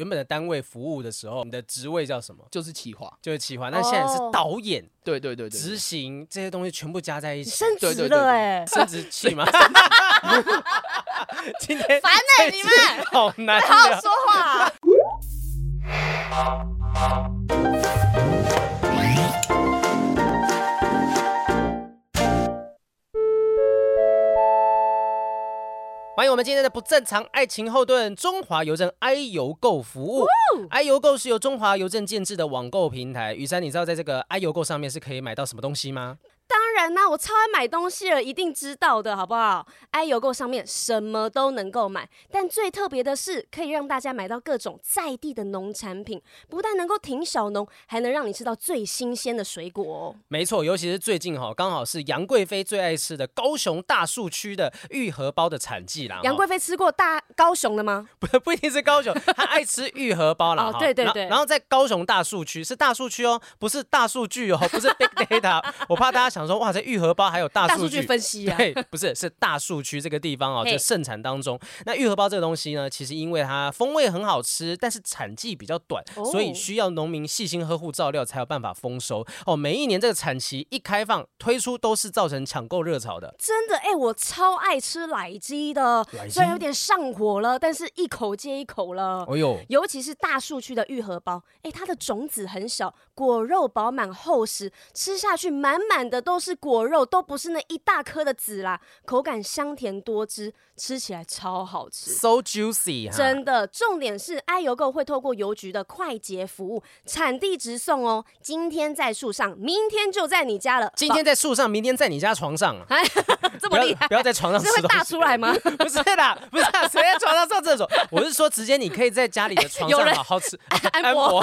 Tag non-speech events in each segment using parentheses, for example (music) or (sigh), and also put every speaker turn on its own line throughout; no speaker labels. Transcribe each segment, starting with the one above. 原本的单位服务的时候，你的职位叫什么？
就是企划，
就是企划，但现在是
哦
导演、
对对对对
执行这些东西全部加在一
(laughs) 你
起，
升
对
职
对对
了
对
(laughs) 哎、
升职器吗？今天
烦呢、你们
好难
好好
聊。
说话啊、
欢迎我们今天的不正常爱情后盾——中华邮政 i 邮购服务。i 邮购是由中华邮政建制的网购平台。雨珊，你知道在这个 i 邮购上面是可以买到什么东西吗？
(laughs) 当然啦、我超爱买东西了，一定知道的好不好？i 邮购上面什么都能购买，但最特别的是可以让大家买到各种在地的农产品，不但能够挺小农，还能让你吃到最新鲜的水果哦。
没错，尤其是最近哈、刚好是杨贵妃最爱吃的高雄大树区的玉荷包的产季啦、哈
杨贵妃吃过大高雄的吗？
不 (laughs) 不一定是高雄，他爱吃玉荷包啦。
(laughs) 哦
哈
对对
然后
对
然后在高雄大数区是大数区哦，不是大数据哦， (laughs) 不是 big data。我 (laughs) 怕大家想说哇，这玉荷包还有大
大
数
数
据
据。分析啊，
(laughs) 对，不是是大树区这个地方哦，
嘿
就盛产当中。那玉荷包这个东西呢，其实因为它风味很好吃，但是产季比较短，
哦
所以需要农民细心呵护照料才有办法丰收哦。每一年这个产期一开放推出，都是造成抢购热潮的。
真的哎、我超爱吃奶鸡的
奶，鸡
虽然有点上火了，但是一口接一口了。
哎呦，
尤其是大树区的玉荷包，哎，它的种子很小，果肉饱满厚实，吃下去满满的都是果肉，都不是那一大颗的籽啦，口感香甜多汁，吃起来超好吃。
so juicy 哈！
真的，重点是爱邮购会透过邮局的快捷服务，产地直送哦。今天在树上，明天就在你家了。哎
今天在树上，明天在你家床上啊！
(laughs) 这
不
么
要
厉害
不，要在床上
是
吃
会
东
大
西
出来吗？
(laughs) 不是啦，不是啦，谁在床上上厕所？我是说，直接你可以在家里的床
(laughs) 有
上
人
好好吃
安博，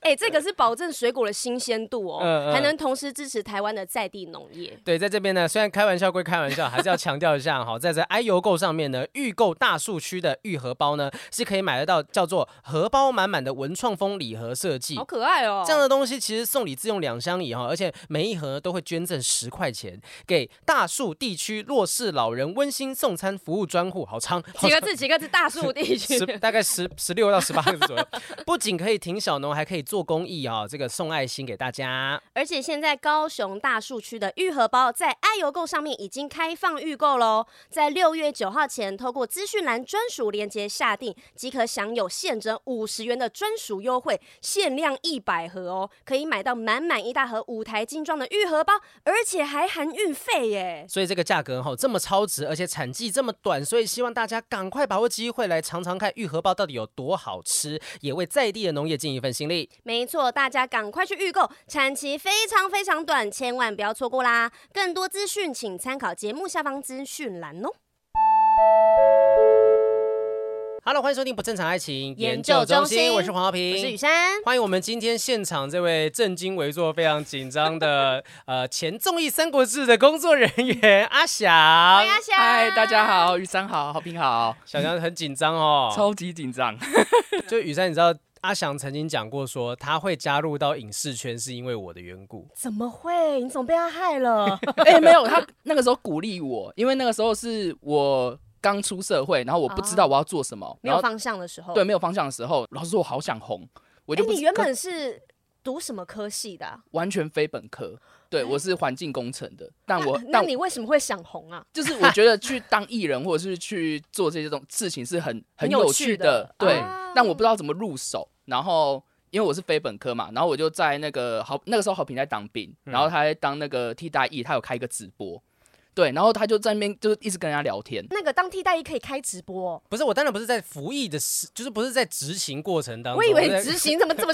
哎、这个是保证水果的新鲜度哦，
嗯嗯
还能同时支持台湾的在地农业。
(laughs) 对，在这边呢，虽然开玩笑归开玩笑，还是要强调一下哈，在这 i 邮购上面呢，预购大树区的玉荷包呢，是可以买得到叫做“荷包满满”的文创风礼盒设计
好。可爱哦！
这样的东西其实送礼自用两相宜哈，而且每一盒都会捐赠十块钱给大树地区弱势老人温馨送餐服务专户，好长，好
几个字，几个字，大树地
(laughs)
区
十大概十十六到十八个字左右， (laughs) 不仅可以挺小农，还可以做公益啊、这个送爱心给大家。
而且现在高雄大树区的玉荷包在爱邮购上面已经开放预购喽，在六月九号前，透过资讯栏专属链接下定，即可享有现折五十元的专属优惠，限量一百盒哦，可以买到满满一大盒五台精装的玉荷包，而且还含运费耶。
所以这个价格哈、这么超值，而且产季这么短，所以希望大家赶快把握机会来尝尝看玉荷包到底有多好吃，也为在地的农业尽一份心力。
没错，大家赶快去预购，产期非常非常短，千万不要错过啦！更多资讯请参考节目下方资讯栏哦。
Hello，欢迎收听不正常爱情
研究中心
我是黄浩
我
平，
是雨珊，
欢迎我们今天现场这位正襟危坐、非常紧张的呃前综艺《三国志》的工作人员阿翔。
欢迎阿翔，
嗨，大家好，雨珊好，好平好，
小翔很紧张哦，
(laughs) 超级紧张，
(laughs)
就雨珊，你知道阿翔曾经讲过说，他会加入到影视圈是因为我的缘故。
怎么会？你怎么被他害了？
哎、 (laughs) 没有，他那个时候鼓励我，因为那个时候是我刚出社会，然后我不知道我要做什么，
哦没
然
有
后
方向的时候，
对，没有方向的时候，老师说我好想红，我
哎，
就不
你原
可
本是读什么科系的啊、
完全非本科，对我是环境工程的，但我
那
但
你为什么会想红啊？
就是我觉得去当艺人或者是去做这些种事情 (laughs) 是很很
很有
有
趣
趣
的
的，哦对
啊。
但我不知道怎么入手，然后因为我是非本科嘛，然后我就在那个好那个时候好评在当兵，然后他在当那个替代役，他有开一个直播，对，然后他就在那边就是一直跟人家聊天，
那个当替代役可以开直播哦、
不是，我当然不是在服役的时，就是不是在执行过程当中，
我以为
在
你执行怎么这么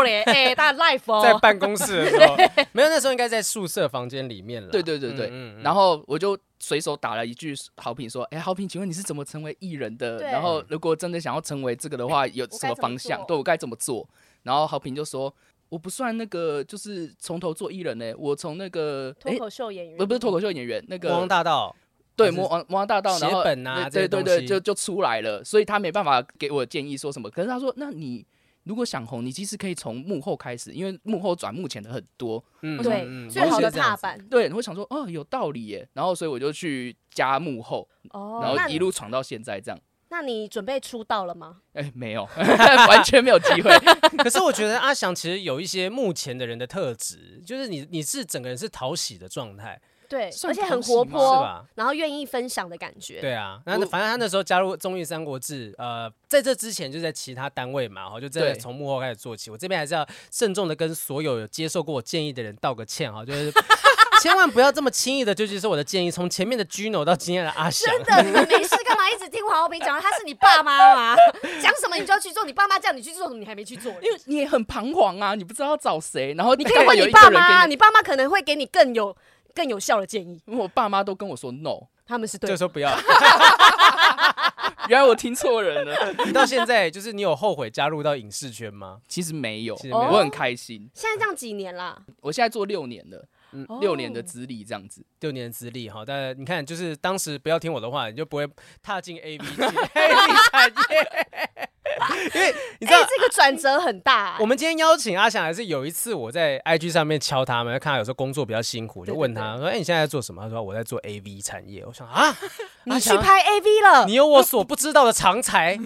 (laughs)
嘞？哎、大家 life
(laughs)
哦，
在办公室的时
(laughs)
候，没有，那时候应该在宿舍房间里面了。
对对对对，
啊嗯
然后我就随手打了一句好评说，哎、好评，请问你是怎么成为艺人的？
对哎
然后如果真的想要成为这个的话，有
该
什么
怎么
方向？
做
对我该怎么做？然后好评就说，我不算那个，就是从头做艺人呢、我从那个
脱
哎。
口秀演员，
不不是脱口秀演员，那
国王
个
大道
对
还是
魔王魔王大道，然后
写本啊
对
这些
对
东
对，
西
就就出来了，所以他没办法给我建议说什么。可是他说，那你如果想红，你其实可以从幕后开始，因为幕后转幕前的很多，
嗯
对、
嗯嗯
最好
我记
的
得这样
踏
子
板
对，你会想说，哦，有道理耶。然后，所以我就去加幕后，
哦
然
那
后一路闯到现在这样。
那你准备出道了吗？
哎、没有， (laughs) 完全没有机
(laughs)
会。
可是我觉得阿翔其实有一些目前的人的特质，就是你你是整个人是讨喜的状态，
对，而
算
且
讨
很
喜
活
吗
是
泼，
吧？
然后愿意分享的感觉。
对啊，那
我
反正他那时候加入综艺《三国志》，呃，在这之前就在其他单位嘛，哈，就真的
对
从幕后开始做起。我这边还是要慎重的跟所有有接受过我建议的人道个歉哈，就是 (laughs) 千万不要这么轻易的就接受我的建议。从前面的 Gino 到今天的阿翔，
真的，你们没事干嘛一直听黄浩平讲？他是你爸妈
(laughs)
吗？讲什么你就要去做，你爸妈叫你去做什么你还没去做呢？
因为 (laughs) 你也很彷徨啊，你不知道要找谁，然后
你
你
可以问你爸妈啊，你爸妈可能会给你更有更有效的建议。
因为我爸妈都跟我说 no，
他们是对
就
的，
说不要。 (laughs)
原来我听错人了。 (laughs)
你到现在就是你有后悔加入到影视圈吗？
其实没有，
其实没有
我很开心。
现在这样几年啦？
我现在做六年了，
哦
嗯六年的资历这样子。
六年的资历哈，但你看，就是当时不要听我的话，你就不会踏进 A B G A B 产业， (laughs) 因为你知
哎、
道。
这个转折很大、啊
我们今天邀请阿翔，还是有一次我在 IG 上面敲他们，看他有时候工作比较辛苦，我就问他说：“哎、你现在在做什么？”他说：“我在做 AV 产业。”我想
(laughs)
啊，阿
你去
翔，
拍 AV
(laughs)
了，
你有我所不知道的长才，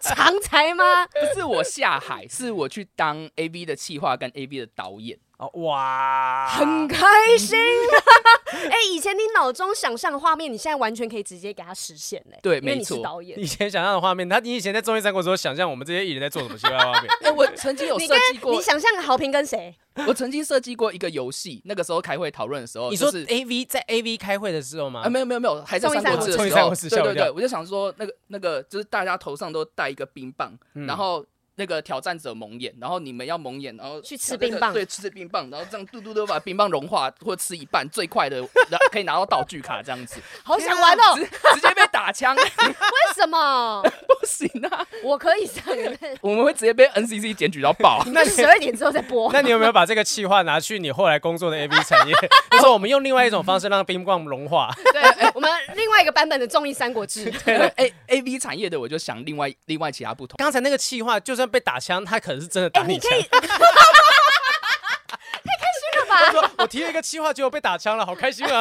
常
(laughs)
才吗？
不是我下海，是我去当 A V 的企划跟 A V 的导演。
哦哇，
很开心、 (laughs) 哎、以前你脑中想象的画面，你现在完全可以直接给它实现嘞、
对
因为你
没
是
错
导演。
以前想象的画面，他你以前在综艺三国的时候，想象我们这些艺人在做什么奇怪的画
(laughs)
面？
哎、我曾经有
你
设
跟
计过
你，想象好评跟谁？
我曾经设计过一个游戏。那个时候开会讨论的时候，
你说
哦就是。
AV 在 AV 开会的时候吗？
呃
啊，没有没有没有，还在
终于
三
三
国
国
志
志终
的
于
时
三
候
国志，
对
吓我
对
一跳
对，我就想说，那个那个就是大家头上都戴一个冰棒，
嗯。
然后那个挑战者蒙眼，然后你们要蒙眼，然后
去吃冰棒
对，吃冰棒，然后这样嘟嘟嘟把冰棒融化或吃一半，最快的然后可以拿到道具卡这 (laughs) 样子，
好
啊
想玩哦！
直直接被打枪， (laughs) 不
为什么？
行 (laughs) 啊，
我可以上你们
我们会直接被 NCC 检举到爆。
那你
十二点之后再播。
那你有没有把这个气话拿去你后来工作的 AV 产业？ (laughs) 就说我们用另外一种方式让冰棒融化，
对，我们另外一个版本的综艺《三国志》
(laughs) 对啊对，A A V 产业的我就想另外另外其他不同，
刚才那个气话就算被打枪，他可能是真的
哎、
打
你
枪
可。以，
(laughs) 他说我提了一个气话，结果被打枪了，好开心啊！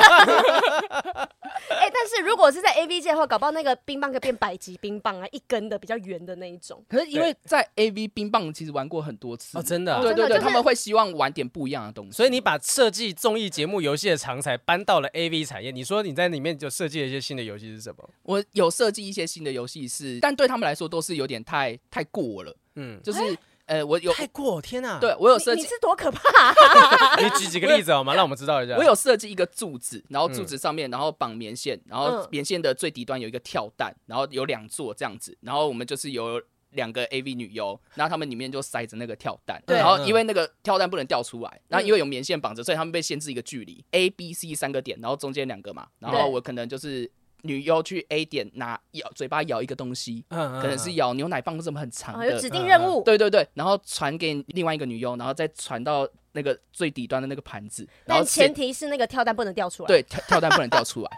哎、但是如果是在 A V 界的话，搞不好那个冰棒可以变百级冰棒啊，一根的比较圆的那一种。
可是因为在 A V 冰棒其实玩过很多次，
(laughs) 哦，真的啊、
对对
真的就
对，
是
他们会希望玩点不一样的东西，
所以你把设计综艺节目游戏的常才搬到了 AV 产业，你说你在里面就设计了一些新的游戏是什么？
我有设计一些新的游戏是，但对他们来说都是有点太太过了，
嗯，
就是、呃，我有
太过天哪、
对，我有设
哎你你
计。
是多可怕、啊？
你举几个例子好
(laughs)
吗？让我们知道一下。
我有设计一个柱子，然后
嗯
柱子上面，然后绑棉线，然后
嗯
棉线的最底端有一个跳蛋，然后有两座这样子，然后我们就是有两个 AV 女优，然后她们里面就塞着那个跳蛋，
对
然后
嗯
因为那个跳蛋不能掉出来，然后
嗯
因为有棉线绑着，所以他们被限制一个距离，A、B、C 三个点，然后中间两个嘛，然后
对
我可能就是女优去 A 点拿咬嘴巴咬一个东西，
嗯，嗯
可能是咬牛奶棒这么很长
啊有指
的，
定任务，
对对对，然后传给另外一个女优，然后再传到那个最底端的那个盘子，然后
但前
剪
提是那个跳蛋不能掉出来。， (laughs)
对跳跳蛋不能掉出来，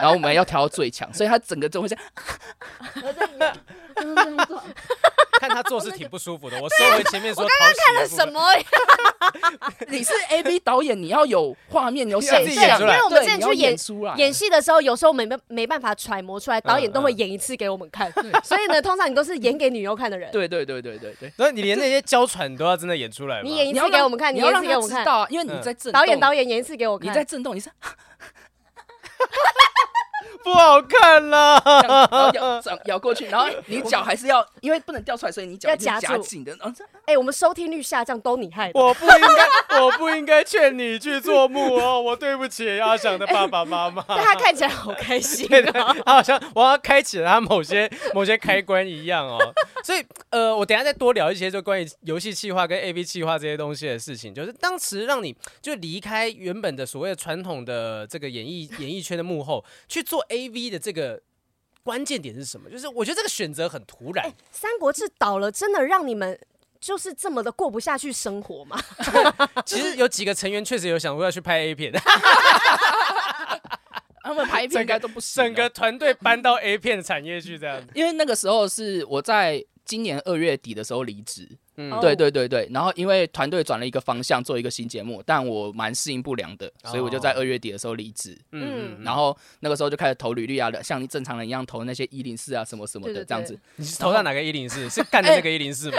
然后我们要调到最强，所以它整个就会这样，
嗯看他做是挺不舒服的。我收回前面说，我刚刚
(laughs) 看了什？么？
你是 A V 导演，你要有画面，你有
你
想
要自己演
象，
出来
对
因为我们之前
你要
去演
演出来，
演戏的时候，有时候我们没没办法揣摩出来，导演都会
嗯
演一次给我们看。所以呢，通常你都是演给女优看的人。
对对对对对对，
所以你连那些娇喘都要真的演出来吗？
你演一
你
次
要
给
让
我们看，
你
演
要
一
让
次给
他
我们
知
看。
道啊，因为你
嗯
在震
导演
动
导演演一次给我
你
看。
在震动，你是
不好看
这
(laughs)
样子，然后
啦。
摇转摇过去，然后你脚还是要，因为不能掉出来，所以你脚
要
一定
夹
夹
住
紧的，然后这样
哎，我们收听率下降都你害的。
我不应该，我不应该劝你去做幕哦，我对不起阿翔的爸爸妈
(laughs)
妈。
但他看起来好开
(laughs)
心
对对，
啊！
他好像我要开启了他某些 (laughs) 某些开关一样哦。 (laughs) 所以呃，我等一下再多聊一些就关于游戏企划跟 A V 企划这些东西的事情，就是当时让你就离开原本的所谓的传统的这个演 (laughs) 艺演艺圈的幕后，去做 A V 的这个。关键点是什么？就是我觉得这个选择很突然 (laughs)
哎，，《三国志》倒了，真的让你们就是这么的过不下去生活吗？
其实有几个成员确实有想过要去拍 A (laughs) 片，
他们排片应该都不行啊，
整个团队搬到 A 片产业去这样子。
因为那个时候是我在今年二月底的时候离职，
嗯
哦
对对对对，然后因为团队转了一个方向，做一个新节目，但我蛮适应不良的，所以我就在
哦
二月底的时候离职。
嗯嗯，
然后那个时候就开始投履历啊，像正常人一样投那些一零四啊什么什么
对
的
对
这样
对
子，
(laughs) 你是投到哪个一零四？是干的那个一零四吗？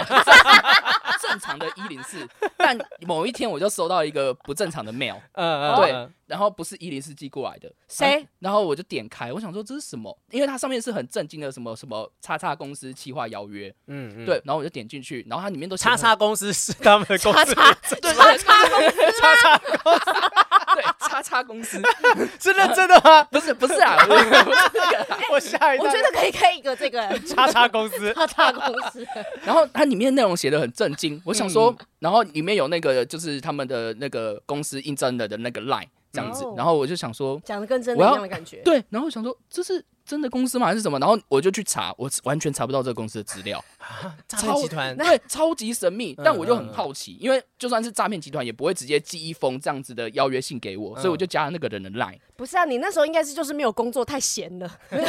正常的一零四。但某一天我就收到一个不正常的 mail，
(laughs) 嗯嗯，
对
嗯
然后不是一零四寄过来的，
谁？
然后我就点开，我想说这是什么？因为它上面是很震惊的什么什么叉叉公司企划邀约，
嗯嗯，
对，然后我就点进去，然后它里面都写
叉
得很
叉公司是他们的公司，
对叉叉公司，叉叉公司，啊 (laughs) 对叉叉公司，
是认真的吗？
不是不是啊，我我 (laughs) 哎
我吓一跳。
我觉得可以开一个这个
叉叉公司，
大大公
(laughs)
司，
然后它里面内容写的很震惊，我想说，然后里面有那个就是他们的那个公司应征的的那个 line 这样子
哦，
然后我就想说，
讲的跟真的一样的感觉。
对，然后我想说这是真的公司吗还是什么？然后我就去查，我完全查不到这个公司的资料，
诈骗集团，
对，超级神秘。 (laughs) 但我就
嗯嗯
很好奇，因为就算是诈骗集团，也不会直接寄一封这样子的邀约信给我，所以我就加了那个人的 line。
不是啊，你那时候应该是就是没有工作，太闲
(laughs)
了，
想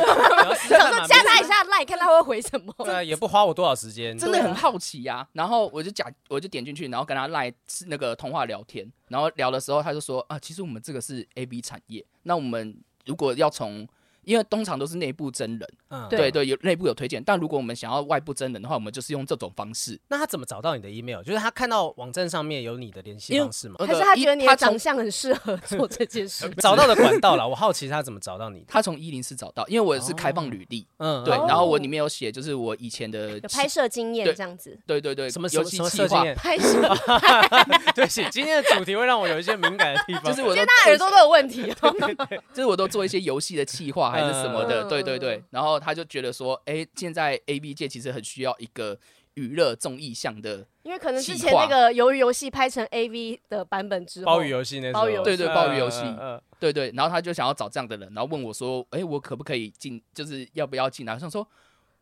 想 (laughs) 说加他一下赖，看他会回什么。
对啊，也不花我多少时间，
真的很好奇呀、然后我就假，我就点进去，然后跟他赖那个通话聊天，然后聊的时候他就说啊，其实我们这个是 A B 产业，那我们如果要从，因为通常都是内部真人，
嗯
对。对，有内部有推荐，但如果我们想要外部真人的话，我们就是用这种方式，
那他怎么找到你的 email？就是他看到网站上面有你的联系
因为
方式吗？
(laughs) 那
还
个
是他
一
觉得你
他
的
从
长相很适合做这件事？
找到的管道啦，我 (laughs) 好奇他怎么找到你的。
他从一零四找到，因为我是开放履历，
嗯，
对，
嗯
然后我里面有写就是我以前的
有拍
企，
摄经验
对
这样子，
对对对，
什么什
游
么
戏
什么
企
设计 (laughs)
划，
念？
(laughs)
拍摄，我
对不起，今天的主题会让我有一些敏感的地方。
就是我
觉
都
得他耳朵都有问题哦。
就是我都做一些游戏的企划还是什么的，
嗯
对对对。然后他就觉得说，哎、现在 A B 界其实很需要一个娱乐综艺向的，
因为可能之
计
前
划
那个鱿鱼游戏拍成 AV 的版本之后，
鲍鱼游戏那时候
鲍鱼游戏
哦对对鲍鱼游戏
嗯嗯嗯
对对。然后他就想要找这样的人，然后问我说，哎、我可不可以进？就是要不要进来？我想说，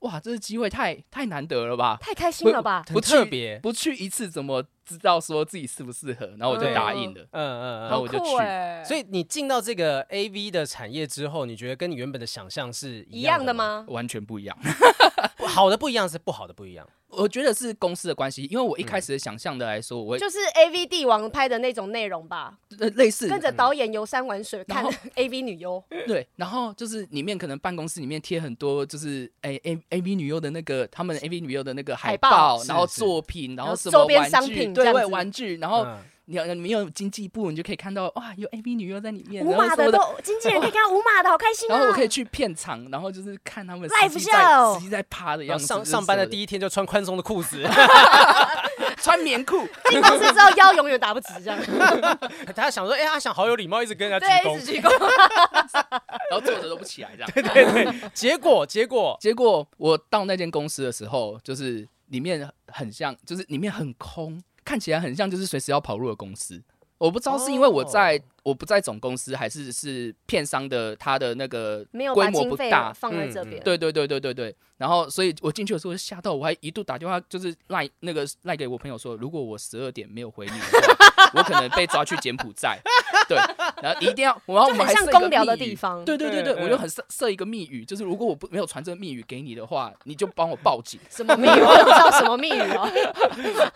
哇，这个机会太太难得了吧？
太开心了吧？
很
不去
特别
不去一次怎么知道说自己适不适合？然后我就
对
答应了。
嗯嗯
然
嗯。
后我就
好酷
去
欸
所以你进到这个 A V 的产业之后，你觉得跟你原本的想象是
一
样
样的
吗？
吗？
完全不一
(laughs)
样，
不好的不一样是不好的不一样。
我觉得是公司的关系，因为我一开始想象的来说，我
嗯就是 A V 帝王拍的那种内容吧，
呃类似
跟着导演游山玩水，
然
看
后
A V 女优， (laughs)
对，然后就是里面可能办公室里面贴很多，就是哎 A A V 女优的那个他们 A V 女优的那个海
海报
是
然后
是
作品，然
然
后
后
什么
周边
玩
商
具
品
对
这样
对，
子嗯
玩具，然
哦
后你你们有经济部，你就可以看到哇，有 A V 女优在里面，
无
然后
码
什么
的
的，
都经纪人可以看到无码的，好开心啊！
然后我可以去片场，然后就是看他们
Live
实际在
show
实际在趴的
然
样
后
子，
上上班的
一
第一天就穿宽松的裤
(laughs)
子，
穿棉裤，
进公司
(laughs)
之后腰永远打不直，这样
他想说，哎、阿翔好有礼貌，一直跟人家鞠
对，一
躬
直。鞠躬。
然后坐着都不起来这样。
(laughs) 对对，结果结果，
结果我到那间公司的时候，就是里面很像，就是里面很空，看起来很像就是随时要跑路的公司。我不知道是因为我在、
哦
我不在总公司，还是是片商的他的那个
(laughs) 没有
规
把
模
经
不
费哦
大。
放在
嗯
这
嗯
边，
对对对对对对，然后所以我进去的时候吓到，我还一度打电话就是赖那个赖给我朋友说，如果我十二点没有回你的话， (laughs) 我可能被抓去柬埔寨。对，然后你一定要，我要我
就
们
很
还
像
设一个
公聊的
密语
地方。嗯
对对对
对
对，
对
我就很设设一个密语，就是如果我不没有传这个密语给你的话，你就帮我报警。 (laughs)
什么密语？我也不知道什么密语哦。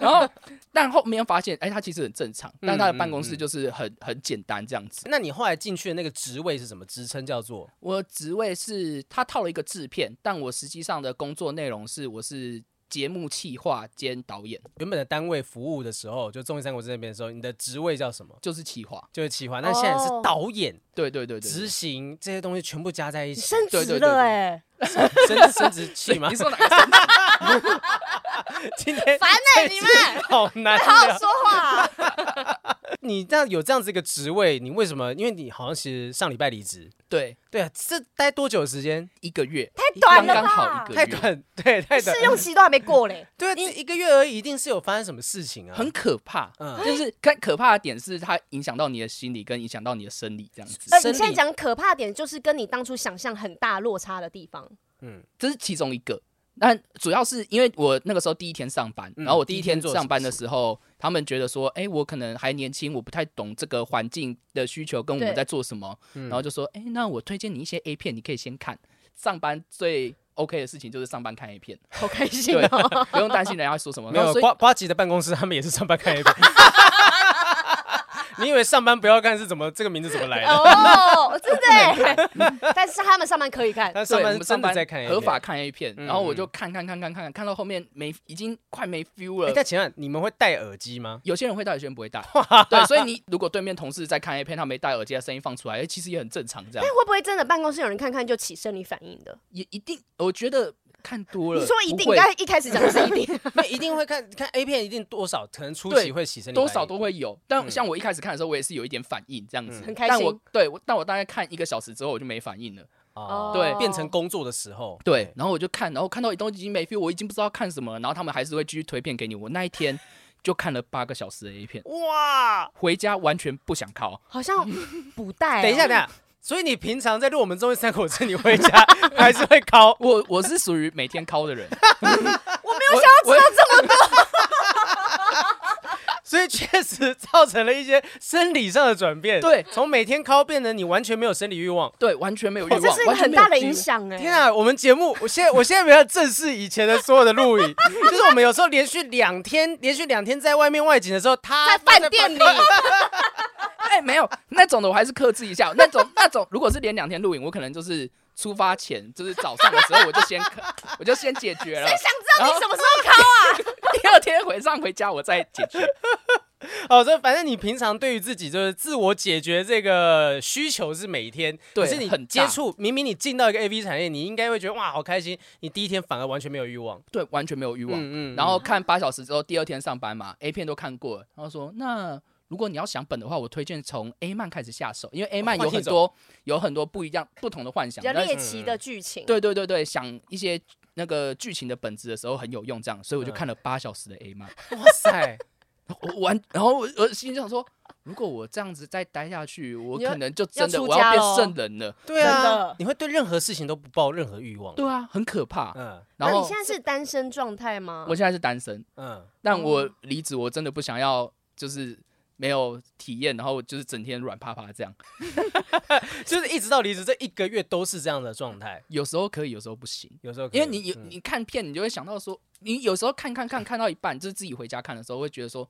然后，但后面发现，哎，他其实很正常，但他的办公
嗯
室
嗯
就是很很简单这样子。
那你后来进去的那个职位是什么职称？叫做
我的职位是他套了一个制片，但我实际上的工作内容是我是节目企划兼导演，
原本的单位服务的时候，就综艺三国志那边的时候，你的职位叫什么？
就是企划。
就是企划。那现在是
哦
导演、
对对对对
执
对。
行这些东西全部加在一
你
起，
升
对
职
对对
了
对
哎，
升升
(laughs)
职
(laughs)
器吗
你？说哪个升职？
今天 (laughs)
烦哎你们，
好难
(laughs) 好好
聊。
说话啊。
你这样有这样子一个职位，你为什么？因为你好像其实上礼拜离职。
对，
对啊，这待多久的时间？
一个月
嗯
太短了吧
刚刚好一个
太，
月，
短，对，太短
试。用期都还没过嘞，
对啊，这一个月而已，一定是有发生什么事情啊。
很可怕。
哎
嗯
就是看可怕的点是它影响到你的心理，跟影响到你的生理这样子。
呃，
生
你现在
理
讲可怕点，就是跟你当初想象很大落差的地方。
这是其中一个。但主要是因为我那个时候第一天上班，
嗯
然后我第一
第一天
天
做
上班的时候，他们觉得说，哎、我可能还年轻，我不太懂这个环境的需求跟我们
对
嗯
在做什么，然后就说，哎、那我推荐你一些 A 片，你可以先看。上班最 OK 的事情就是上班看 A 片，
好开心
对
哦！，
不用担心人家会说什么。
没有
哦所以
瓜瓜吉的办公室，他们也是上班看 A
(laughs)
片。你以为上班不要干是怎么这个名字怎么来的？
哦，真的耶， (laughs) 但是他们上班可以看，
但
对
上
我
班
们上
真的
班
在看 A 片
合法。看 A 片，
嗯
然后我就看看看看看看到后面没已经快没 feel
哎，
了。
但请问你们会戴耳机吗？
有些人会戴，有些人不会戴。对，所以你如果对面同事在看 A 片，他没戴耳机，他声音放出来，哎其实也很正常。这样
会不会真的办公室有人看看就起生理反应的？
也一定，我觉得看多了，
你说一定，
不
你
会
刚才一开始讲的是一定，
那一定会看 (laughs) 看 A 片，一定多少可能初
对
期会起身
多少都会有。但像我一开始看的时候，我也是有一点反应这样子
嗯，
很开
但
心
我对我，但我大概看一个小时之后，我就没反应了。
哦，
对
变成工作的时候，
对，然后我就看，然后看到一东西已经没 feel，我已经不知道看什么了，然后他们还是会继续推片给你。我那一天就看了八个小时的 A 片，
哇！
回家完全不想靠。
好像不欸带。
等一下，等一，下，所以你平常在录我们综艺三口吃，你回家 (laughs) 还是会敲？
我我是属于每天靠的人，
(laughs) 我没有想要知道这
所以确实造成了一些生理上的转变。
对
从每天敲变成你完全没有生理欲望。
对，完全没有欲
么，
望，
这是一个
完全
很
没有
大的
feel
影。响哎。
天啊！我们节目，我现在我现在比较正视以前的所有的录影，就是我们有时候连续两天，连续两天在外面外景的时候，他
在饭店里，
哎，没有那种的，我还是克制一下。那种那种，如果是连两天录影，我可能就是出发前，就是早上的时候，我就先 (laughs) 我就先解决了，
想知道你什么时候考啊？
第二天晚上回家我再解决。
哦，这反正你平常对于自己就是自我解决这个需求是每天，
对
可是你
很大
接触，明明你进到一个 A V 产业，你应该会觉得哇好开心，你第一天反而完全没有欲望，
对，完全没有欲望。
嗯
然后看八小时之后，第二天上班嘛，A 片都看过了，然后说那如果你要想本的话，我推荐从 A 漫开始下手，因为 A 漫有
哦换
很
一种
多有很多不一样不同的幻
(laughs) 比
想。
较
但是
猎奇的剧情，，
对对对对，想一些那个剧情的本质的时候很有用，这样，
嗯
所以我就看了八小时的 A 漫，
哇塞，
我我完，然后我我心里想说，如果我这样子再待下去，我
你要
可能就真的
要出
我要
家
变
咯
圣人了。
(laughs) 对
真
啊
的，
你会对任何事情都不抱任何欲望，
对啊，很可怕。
嗯
然
那你
后
现在是单身状态吗？
我现在是单身，
嗯，
但我离职，我真的不想要，就是没有体验，然后就是整天软趴趴这样。
就是一直到离职这一个月都是这样的状态，
有时候可以，有时候不行，
有时候可
因为
以
你有
嗯
你看片，你就会想到说，你有时候看看看看到一半，就是自己回家看的时候，会觉得说，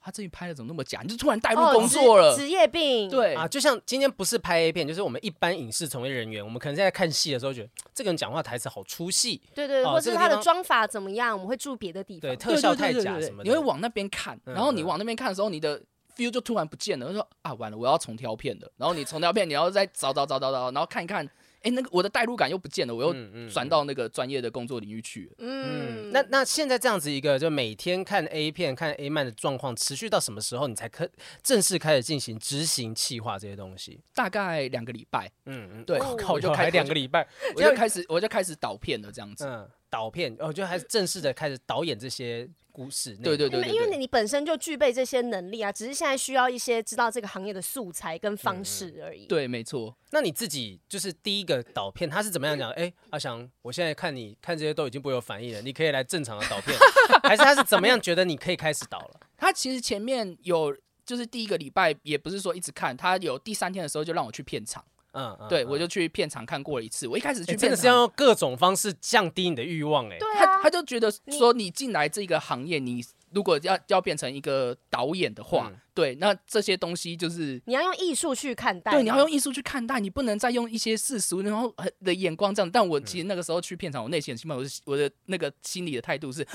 他这里拍的怎么那么假？你就突然带入
哦
工作了
职，职业病，，
对
啊，就像今天不是拍 A 片，就是我们一般影视从业人员，我们可能在看戏的时候觉得这个人讲话台词好出戏，
对对，
哦
或
这
是
个
他
地
的
方
妆法怎么样，我们会住别的地方
对，。
对
特效
对
太
对对
假
对
什么的，
你会往那边看，
嗯
然后你
嗯
往那边看的时候，你的 feel 就突然不见了，就说啊，完了，我要重挑片的。然后你重挑片，你要再找找找找找，然后看一看，哎，那个我的代入感又不见了，我又
嗯嗯
转到那个专业的工作领域去了。
嗯，
嗯，
那那现在这样子一个，就每天看 A 片、看 A 漫的状况，持续到什么时候你才可正式开始进行执行企划这些东西？
大概两个礼拜，
嗯嗯，
对
哇
哦
靠，
我就
就
开
还
始
两个礼拜，
我就开始我就开始导片了，这样子。
嗯，导片，哦，就还是正式的开始导演这些故事内容。
对对
因
对
为因
对
为你
对，
你本身就具备这些能力啊，只是现在需要一些知道这个行业的素材跟方式而已。，
嗯对，没错。
那你自己就是第一个导片，他是怎么样讲？哎、阿翔，我现在看你看这些都已经不会有反应了，你可以来正常的导片，还是他是怎么样觉得你可以开始导了？
他其实前面有。就是第一个礼拜，也不是说一直看，他有第三天的时候就让我去片场，
嗯，嗯
对
嗯
我就去片场看过了一次。我一开始
哎
去
真
片
的
场
是要用各种方式降低你的欲望、哎，
对
他
啊
他，就觉得说，你进来这个行业，你如果要要变成一个导演的话，
嗯
对，那这些东西就是。
你要用艺术去看待，
对，你要用艺术去看待，你不能再用一些世俗然后很的眼光这样。
嗯
但我其实那个时候去片场，我内心很兴奋，我是我的那个心理的态度是，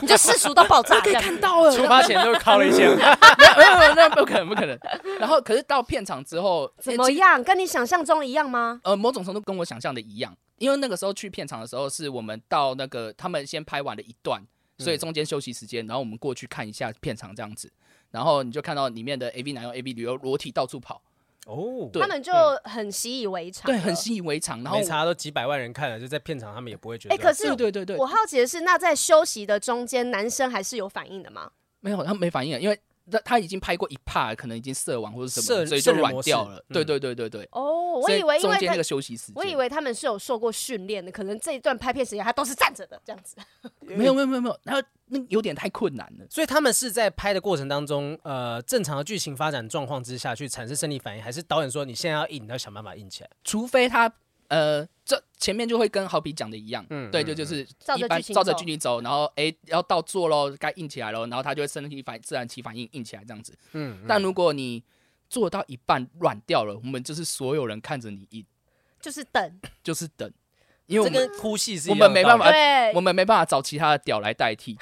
你就世俗到
(laughs)
爆炸
我可
这
以
样。
看到了，
(laughs) 出发前就敲了一下。
没 (laughs) 有没有没有，那不可能不可能。然后可是到片场之后，
怎
诶
么
哎其实
样？跟你想象中的一样吗？
呃，某种程度跟我想象的一样，因为那个时候去片场的时候，是我们到那个他们先拍完了一段，所
嗯
以中间休息时间，然后我们过去看一下片场这样子，然后你就看到里面的 AV 男优、AV 女优裸体到处跑，
(laughs) 哦，
对嗯
他们就很习以为常了，
对，很习以为常。然后
没差，都几百万人看了，就在片场他们也不会觉得。
哎可是
对对对对
我，好奇的是，那在休息的中间，男生还是有反应的吗？
没有，他没反应了，因为他他已经拍过一 part，可能已经射完或者什么，
射
所以
射
就
人
软
模式
掉了。对
嗯
对对对对。
哦，我
所
以为因
中
为
间那个
他，
休息时间，
我以为他们是有受过训练的，可能这一段拍片时间他都是站着的这样子。 (laughs)
没有没有没有没有，然后那有点太困难了。
所以他们是在拍的过程当中，呃，正常的剧情发展状况之下去产生生理反应，还是导演说你现在要硬，你要想办法硬起来？
除非他呃，这前面就会跟好比讲的一样，
嗯
对，
嗯
就就是
照
一
着
般
剧情
照着
走
剧情走，然后哎要到做喽，该硬起来喽，然后他就会身体反自然起反应硬起来这样子。
嗯，
但如果你做到一半软掉了，我们就是所有人看着你硬，
就是
(laughs)
等，
就是等，因为我
这
们
跟哭戏是一
我
样的
们没
道理
办法
对
我，们没办法找其他的屌来代替，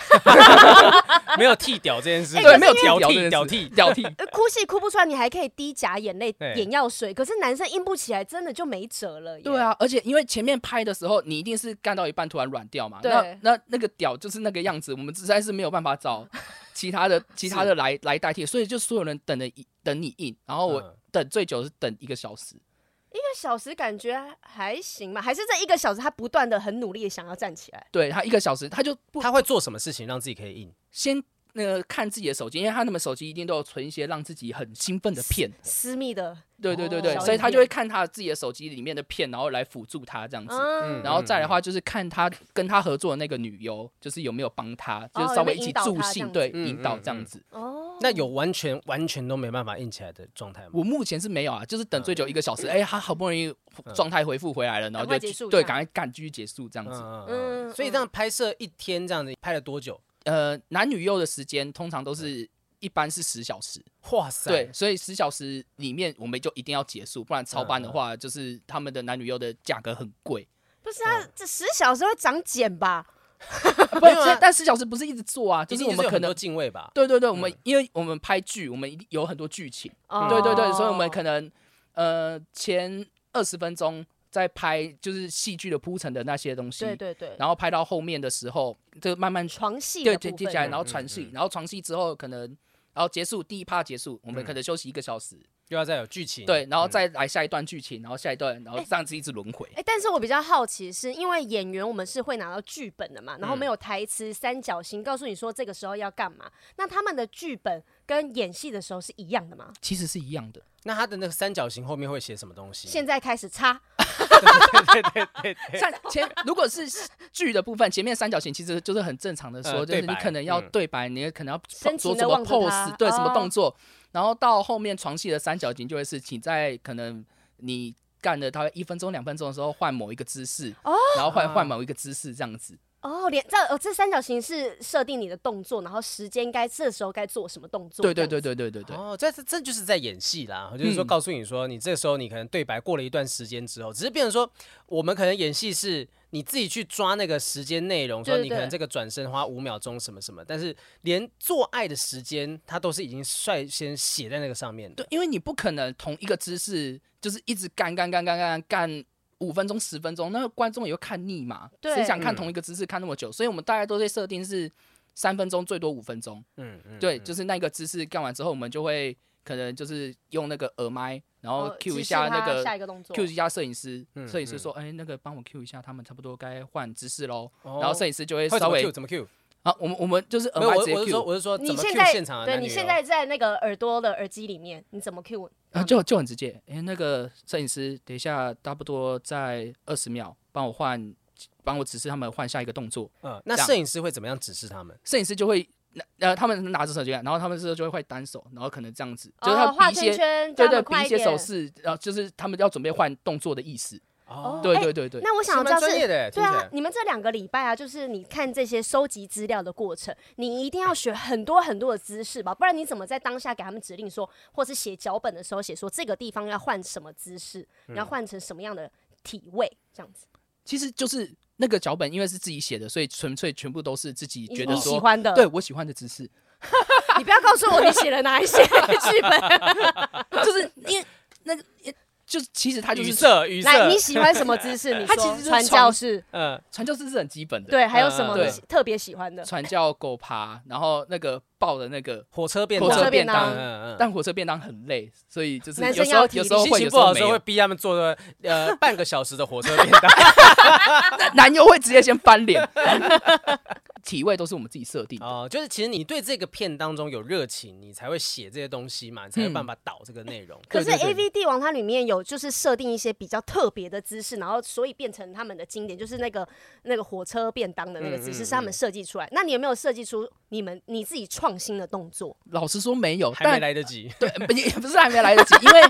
(laughs) 没有剃屌这件事，
对，没有
屌
这件
剃
事
屌剃，
屌剃，
呃哭戏哭不出来，你还可以滴假眼泪
对、
眼药水，可是男生硬不起来，真的就没辙了耶。
对啊，而且因为前面拍的时候，你一定是干到一半突然软掉嘛，那
对
那那个屌就是那个样子，我们实在是没有办法找其他的其他的来来代替，所以就所有人等了一等你硬，然后我
嗯
等最久是等一个小时，
一个小时感觉还行嘛，还是这一个小时他不断的很努力地想要站起来。
对他一个小时他就不
他会做什么事情让自己可以硬？
先那个看自己的手机，因为他那么手机一定都有存一些让自己很兴奋的片，
私密的，
对对对对，
哦
所以他就会看他自己的手机里面的片，然后来辅助他这样子。
嗯，
然后再来的话，就是看他跟他合作的那个女优，就是有没有帮他，
哦
就是稍微
有没有
一起
引导
助
他这
兴，
样
对，
嗯
引导
嗯
这样
嗯
子。
哦，
那有完全完全都没办法硬起来的状态吗？
我目前是没有啊，就是
嗯
等最久一个小时，哎，他好不容易状态恢复回来了，然后
赶快
就
结束
对，
这样
赶快干继续结束这样子。
嗯
嗯
嗯，所以这样拍摄一天这样子拍了多久？
呃，男女优的时间通常都是一般是十小时，
哇塞，
对，，所以十小时里面我们就一定要结束，不然超班
嗯
的
嗯
话，就是他们的男女优的价格很贵。
不是啊，这十小时会长茧吧？
不
没有啊
是，但十小时不是一直做啊，
一
是
定
我
就是
们
有
可
很多嗯
能。
敬畏吧？
对对对，我们因为我们拍剧，我们一定有很多剧情，
哦
嗯对对对，所以我们可能呃前二十分钟在拍就是戏剧的铺陈的那些东西，
对对对，
然后拍到后面的时候就慢慢
床戏
对
的
接
部
接
分啊
下来，
嗯
然后
嗯
传戏，
嗯
然后传戏之后可能然后结束第一趴结束，我们可能休息一个小时，
又要再有剧情，
对，然后
嗯
再来下一段剧情，然后下一段，然后
哎
这样子一直轮回。
哎、但是我比较好奇是，因为演员我们是会拿到剧本的嘛，
嗯
然后没有台词、三角形告诉你说这个时候要干嘛，那他们的剧本跟演戏的时候是一样的吗？
其实是一样的，
那他的那个三角形后面会写什么东西？
现在开始插，
像前如果是剧的部分，前面三角形其实就是很正常的说，
呃
就
对
是你
白
可能要
嗯
对白，你可能要
深
做什
情地
么
望着他
pose，对什么
哦
动作，然后到后面床戏的三角形就会是，请在可能你干了大概一分钟两分钟的时候换某一个姿势，
哦
然后换
啊
换某一个姿势这样子。
哦，连这哦这三角形是设定你的动作，然后时间该这时候该做什么动作？
对对
这
对
样
对
子，
对对对，
哦，这是这就是在演戏啦，就是说
嗯
告诉你说，你这时候你可能对白过了一段时间之后，只是变成说，我们可能演戏是你自己去抓那个时间内容，说
对对
你可能
对
这个转身花五秒钟什么什么，但是连做爱的时间，它都是已经率先写在那个上面的
对，。因为你不可能同一个姿势就是一直干干干干干干五分钟十分钟，那个观众也会看腻嘛，
对
谁想看
嗯
同一个姿势看那么久？所以我们大概都会设定是三分钟最多五分钟，
嗯嗯，
对，
嗯
就是那个姿势干完之后，我们就会可能就是用那个耳麦，然后
哦
cue
指
一
示
下那
他
个
下一个动作
cue 一下摄影师，
嗯
摄影师
嗯
说，哎，那个帮我 cue 一下，他们差不多该换姿势喽，
哦
然后摄影师就会
会怎
稍
么
微
Q 怎么 Q？
啊，我们我们就是
呃
没
耳
有，
麦
我我是
直接
说
Q，
我是说怎
你
么
现
Q
在
现场的
对
男
你
女
现
哦
在在那个耳朵的耳机里面，你怎么 cue？
啊，就就很直接。哎、那个摄影师，等一下，差不多在二十秒，帮我换，帮我指示他们换下一个动作。
嗯，那
这样
摄影师会怎么样指示他们？
摄影师就会拿，呃，他们拿着手机，然后他们是就会会单手，然后可能这样子，就是
哦
他
画
比一
圈
些，
圈，
对
叫他
对，
们
比
快
一些
点
手势，然后就是他们要准备换动作的意思。
哦，
对
哎
对对对，
那我想
是
要知
蛮
道
专
是
业的耶，
对
听起
啊
来，
你们这两个礼拜啊，就是你看这些收集资料的过程，你一定要学很多很多的姿势吧，不然你怎么在当下给他们指令说，或是写脚本的时候写说这个地方要换什么姿势，
嗯
你要换成什么样的体位这样子？
其实就是那个脚本，因为是自己写的，所以纯粹全部都是自己
你
觉得
你喜
说，
欢的，
对，我喜欢的姿势，
你不要告诉我你写了哪
(laughs)
一些剧本，
就是因为那个，就是其实他就
语
是
塞语
来啊你
塞，
喜欢什么姿势？
(laughs)
你
他其实
说
就是
传
床
教士，
嗯，
传教士是很基本的，
对，还有什么
嗯嗯嗯
你喜特别喜欢的？
传教狗爬，然后那个抱的那个。
火车便
火
当，
车
便当
嗯嗯嗯。
但火车便当很累，所以就是
男
有
生
时候
要体
有
力
时候
心
会，
情
有
不好的
没
时候会
有。
逼他们坐的呃 (laughs) 半个小时的火车便当。 (laughs)
男优会直接先翻脸。体位都是我们自己设定的，
哦，就是其实你对这个片当中有热情，你才会写这些东西嘛，你才有办法导这个内容。
可是
对
A
对对
V 帝王它里面有就是设定一些比较特别的姿势，然后所以变成他们的经典，就是那个那个火车便当的那个姿
嗯
势
嗯
是他们设计出来。那你有没有设计出你们你自己创新的动作？
老实说没有，
还没
但
来得及，
对，不也不是还没来得及，因为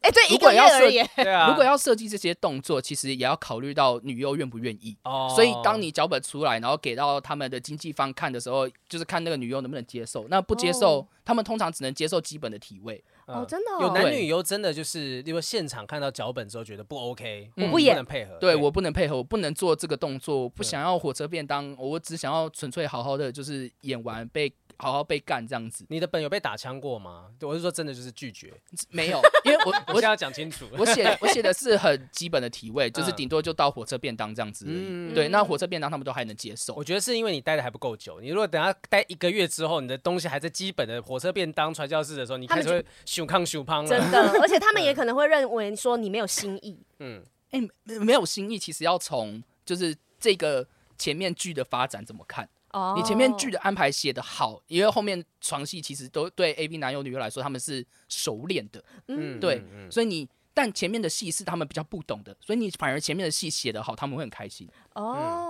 哎、对，就一
如
个
果
月
要设
而已。
对啊，
如果要设计这些动作，其实也要考虑到女优愿不愿意。
哦
所以当你脚本出来，然后给到他们的经纪方看的时候，就是看那个女优能不能接受。那不接受，
哦
他们通常只能接受基本的体位。
嗯
哦，真的、哦、
有男
对
女优真的就是，例如现场看到脚本之后觉得不 OK，
我
嗯
不演
能配合，
对我不能配合，我不能做这个动作，我不
对
想要火车便当，我只想要纯粹好好的就是演完被好好被干这样子。
你的本有被打枪过吗？对我是说真的就是拒绝，
没
(laughs)
有，因为我
我
我
现在要讲清楚。
我写的我写的是很基本的体位，就是
嗯
顶多就到火车便当这样子而已。
嗯，
对，那火车便当他们都还能接受
我。觉得是因为你待的还不够久，你如果等下待一个月之后，你的东西还在基本的火车便当传教士的时候，你
他
开
们
始会熊康熊胖
真
了。
的，而且他
嗯
们也可能会认为说你没有新意，
嗯，
哎、没没有新意，其实要从就是这个前面剧的发展怎么看。
哦
你前面剧的安排写得好，因为后面床戏其实都对 A B 男优女优来说他们是熟练的，
嗯，
对
嗯，
所以你但前面的戏是他们比较不懂的，所以你反而前面的戏写得好，他们会很开心。嗯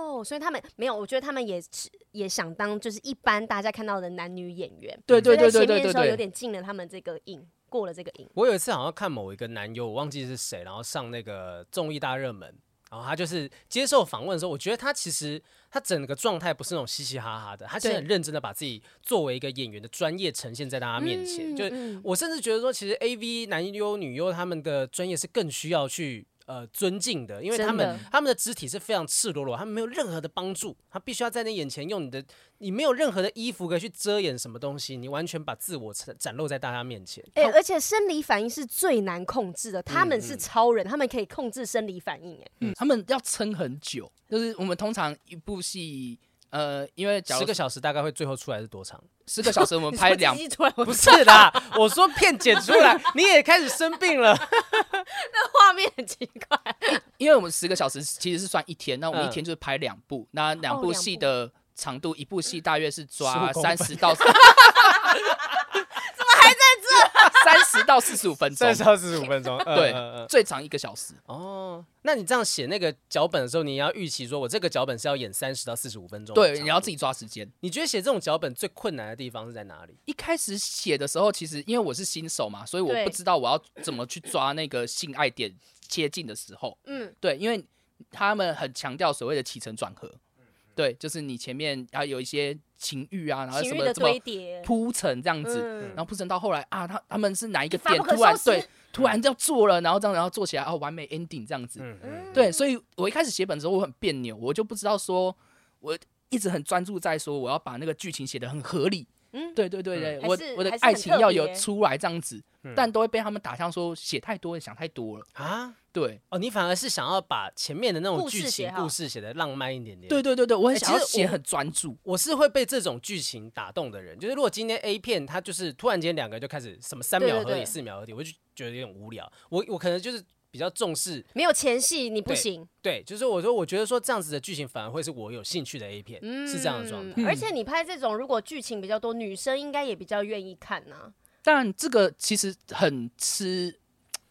哦，所以他们没有，我觉得他们也是也想当就是一般大家看到的男女演员，
对对对
所以
对对
在前面的
对
时候有
对，
点进了他们这个瘾，过了这个瘾，
我有一次好像看某一个男优，我忘记是谁，然后上那个综艺大热门，然后他就是接受访问的时候，我觉得他其实他整个状态不是那种嘻嘻哈哈的，他是
对
很认真的把自己作为一个演员的专业呈现在大家面前。
嗯
就是
嗯
我甚至觉得说，其实 A V 男优、女优他们的专业是更需要去。呃，尊敬的，因为他
真
们
的
他们的肢体是非常赤裸裸，他们没有任何的帮助，他必须要在你眼前用你的，你没有任何的衣服可以去遮掩什么东西，你完全把自我展展露在大家面前。
哎、而且生理反应是最难控制的，他们是超人，他们可以控制生理反应、哎、
嗯他们要撑很久，就是我们通常一部戏。呃，因为假
十
如
个小时大概会最后出来是多长？
十个小时，我们拍两
你说自己突然
(laughs) 不是啦，我说片剪出来，你也开始生病了。
画面很奇怪，
因为我们十个小时其实是算一天，那我们
嗯
一天就是拍两部，那哦两部戏的长度，一部戏大约是抓
15公分
三十到，怎么 (laughs) 还在这？三十到四十五分钟
三，十到四十五分钟，
对
嗯嗯嗯
最长一个小时。
哦，那你这样写那个脚本的时候，你要预期说我这个脚本是要演三十到四十五分钟。
对，你要自己。抓时间。
你觉得写这种脚本最困难的地方是在哪里？
一开始写的时候，其实因为我是新手嘛，所以我
对
不知道我要怎么去抓那个性爱点接近的时候。
嗯，
对，因为他们很强调所谓的起承转合，
嗯
对，就是你前面要有一些情欲啊，然后
情
什
欲
么
的
什么
堆叠，
铺陈这样子，
嗯
然后铺陈到后来啊，他他们是哪一个
一发
点
不可
突然
收拾
对突然要做了，然后这样然后做起来哦，完美 ending 这样子，
嗯嗯，
对，所以我一开始写本的时候我很别扭，我就不知道说我。一直很专注在说我要把那个剧情写得很合理，
嗯，
对对对对，
还
我
是
我的
还是
爱
很
情
特
要有
别
出来这样子，
嗯
但都会被他们打向说写太多了，想太多了，
啊，
对
哦，你反而是想要把前面的那种
故事
剧情
写好
故事写的浪漫一点点。
对对对对，我很
哎
想要
其实
写
我
很专注，
我是会被这种剧情打动的人，就是如果今天 A 片它就是突然间两个就开始什么三秒
对对
合
对
理、四秒合理，我就觉得有点无聊。我我可能就是比较重视，
没有前戏你不
对
行，
对，就是我说我觉得说这样子的剧情反而会是我有兴趣的 A 片，是这样的状态。
嗯而且你拍这种如果剧情比较多，女生应该也比较愿意看呐、
但这个其实很吃，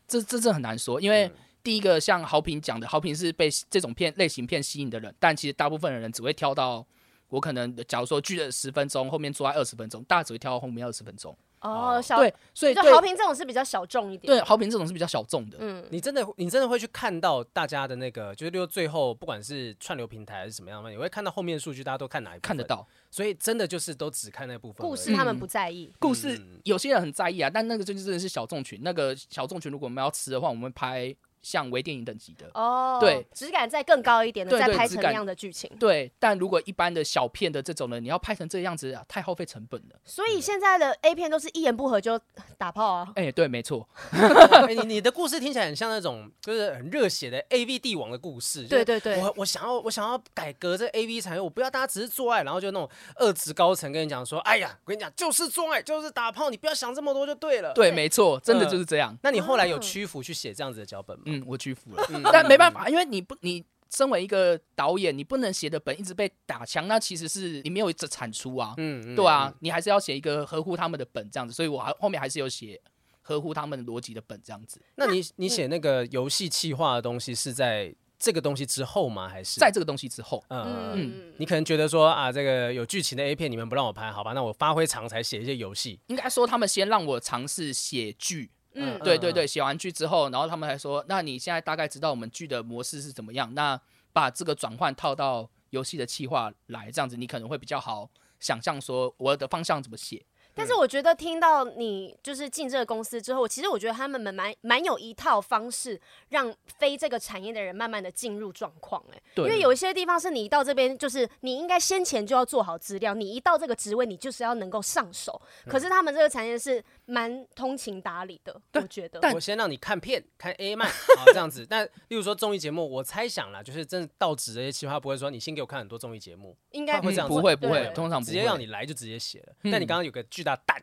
这这这很难说，因为第一个像豪平讲的，豪平是被这种片类型片吸引的人，但其实大部分的人只会挑到我可能假如说剧了十分钟，后面做爱二十分钟，大家只会挑到后面二十分钟，
哦，小
对，所以
就好
对
评这种是比较小众一点，
对豪平这种是比较小众的，
嗯，
你真的你真的会去看到大家的那个，就是例如最后不管是串流平台还是什么样的，你会看到后面的数据，大家都看哪一部分
看得，到
所以真的就是都只看那部分而已。
故事他们不在意，
故事，有些人很在意啊，但那个就真的是小众群，那个小众群如果我们要吃的话，我们拍像微电影等级的。
嗯
哦，
对，
质感再更高一点的，
对
再
对
拍
质
成那
感
样的剧情。
对，但如果一般的小片的这种人，你要拍成这样子，啊太耗费成本了。
所
嗯
以现在的 A 片都是一言不合就打炮啊，
哎、对，没错。
哎你你的故事听起来很像那种就是很热血的 A V 帝王的故事，就是
对对对
我我想要我想要改革这 A V 产业，我不要大家只是做爱，然后就那种二职高层跟你讲说，哎呀，我跟你讲就是做爱就是打炮，你不要想这么多就对了。，
对，没错，真
嗯
的就是这样。
那你后来有
哦
屈服去写这样子的脚本吗？
嗯，我屈服了，但
嗯
没办法，因为你不，你身为一个导演，你不能写的本一直被打枪，那其实是你没有一直产出啊。
嗯，嗯
对啊，，你还是要写一个合乎他们的本这样子，所以我还后面还是有写合乎他们逻辑的本这样子。
那你你写那个游戏企划的东西是在这个东西之后吗？还是
在这个东西之后，
嗯？嗯
嗯，
你可能觉得说啊，这个有剧情的 A 片你们不让我拍，好吧，那我发挥长才写一些游戏。
应该说他们先让我尝试写剧，
嗯
对对对，写完剧之后，然后他们还说，那你现在大概知道我们剧的模式是怎么样，那把这个转换套到游戏的企划来，这样子你可能会比较好想象说我的方向怎么写。
但是我觉得听到你就是进这个公司之后，其实我觉得他们蛮蛮蛮有一套方式，让非这个产业的人慢慢的进入状况、哎，
对
因为有一些地方是你一到这边，就是你应该先前就要做好资料，你一到这个职位，你就是要能够上手。可
嗯
是他们这个产业是蛮通情达理的，我觉得。
我先让你看片，看 A
(laughs)
漫，好这样子。但例如说综艺节目，我猜想啦，就是真的到职这些企划不会说你先给我看很多综艺节目，
应该
会这样子
嗯不会不会
对，
通常不
直
会。
接让你来就直接写了。
嗯
但你刚刚有个巨大蛋，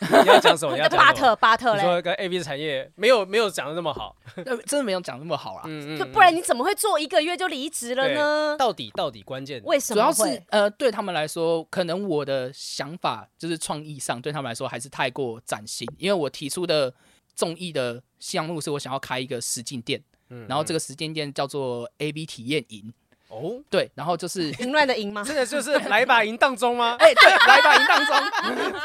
你要讲什么？你
那
哦要
巴
讲什么？
特巴特
你
嘞，
说跟 A B 产业没有没有讲的那么好，
那呃真的没有讲那么好啦。
嗯
就不然你怎么会做一个月就离职了呢？
到底到底关键
为什
主要
么
是
会？
呃，对他们来说，可能我的想法就是创意上对他们来说还是太过崭新，因为我提出的综艺的项目是我想要开一个实境店，
嗯
然后这个实境店叫做 A B 体验营，
哦，
对，然后就是
淫乱的淫吗？
真的就是来把淫荡中吗？(laughs)
哎、对，来吧，淫荡中，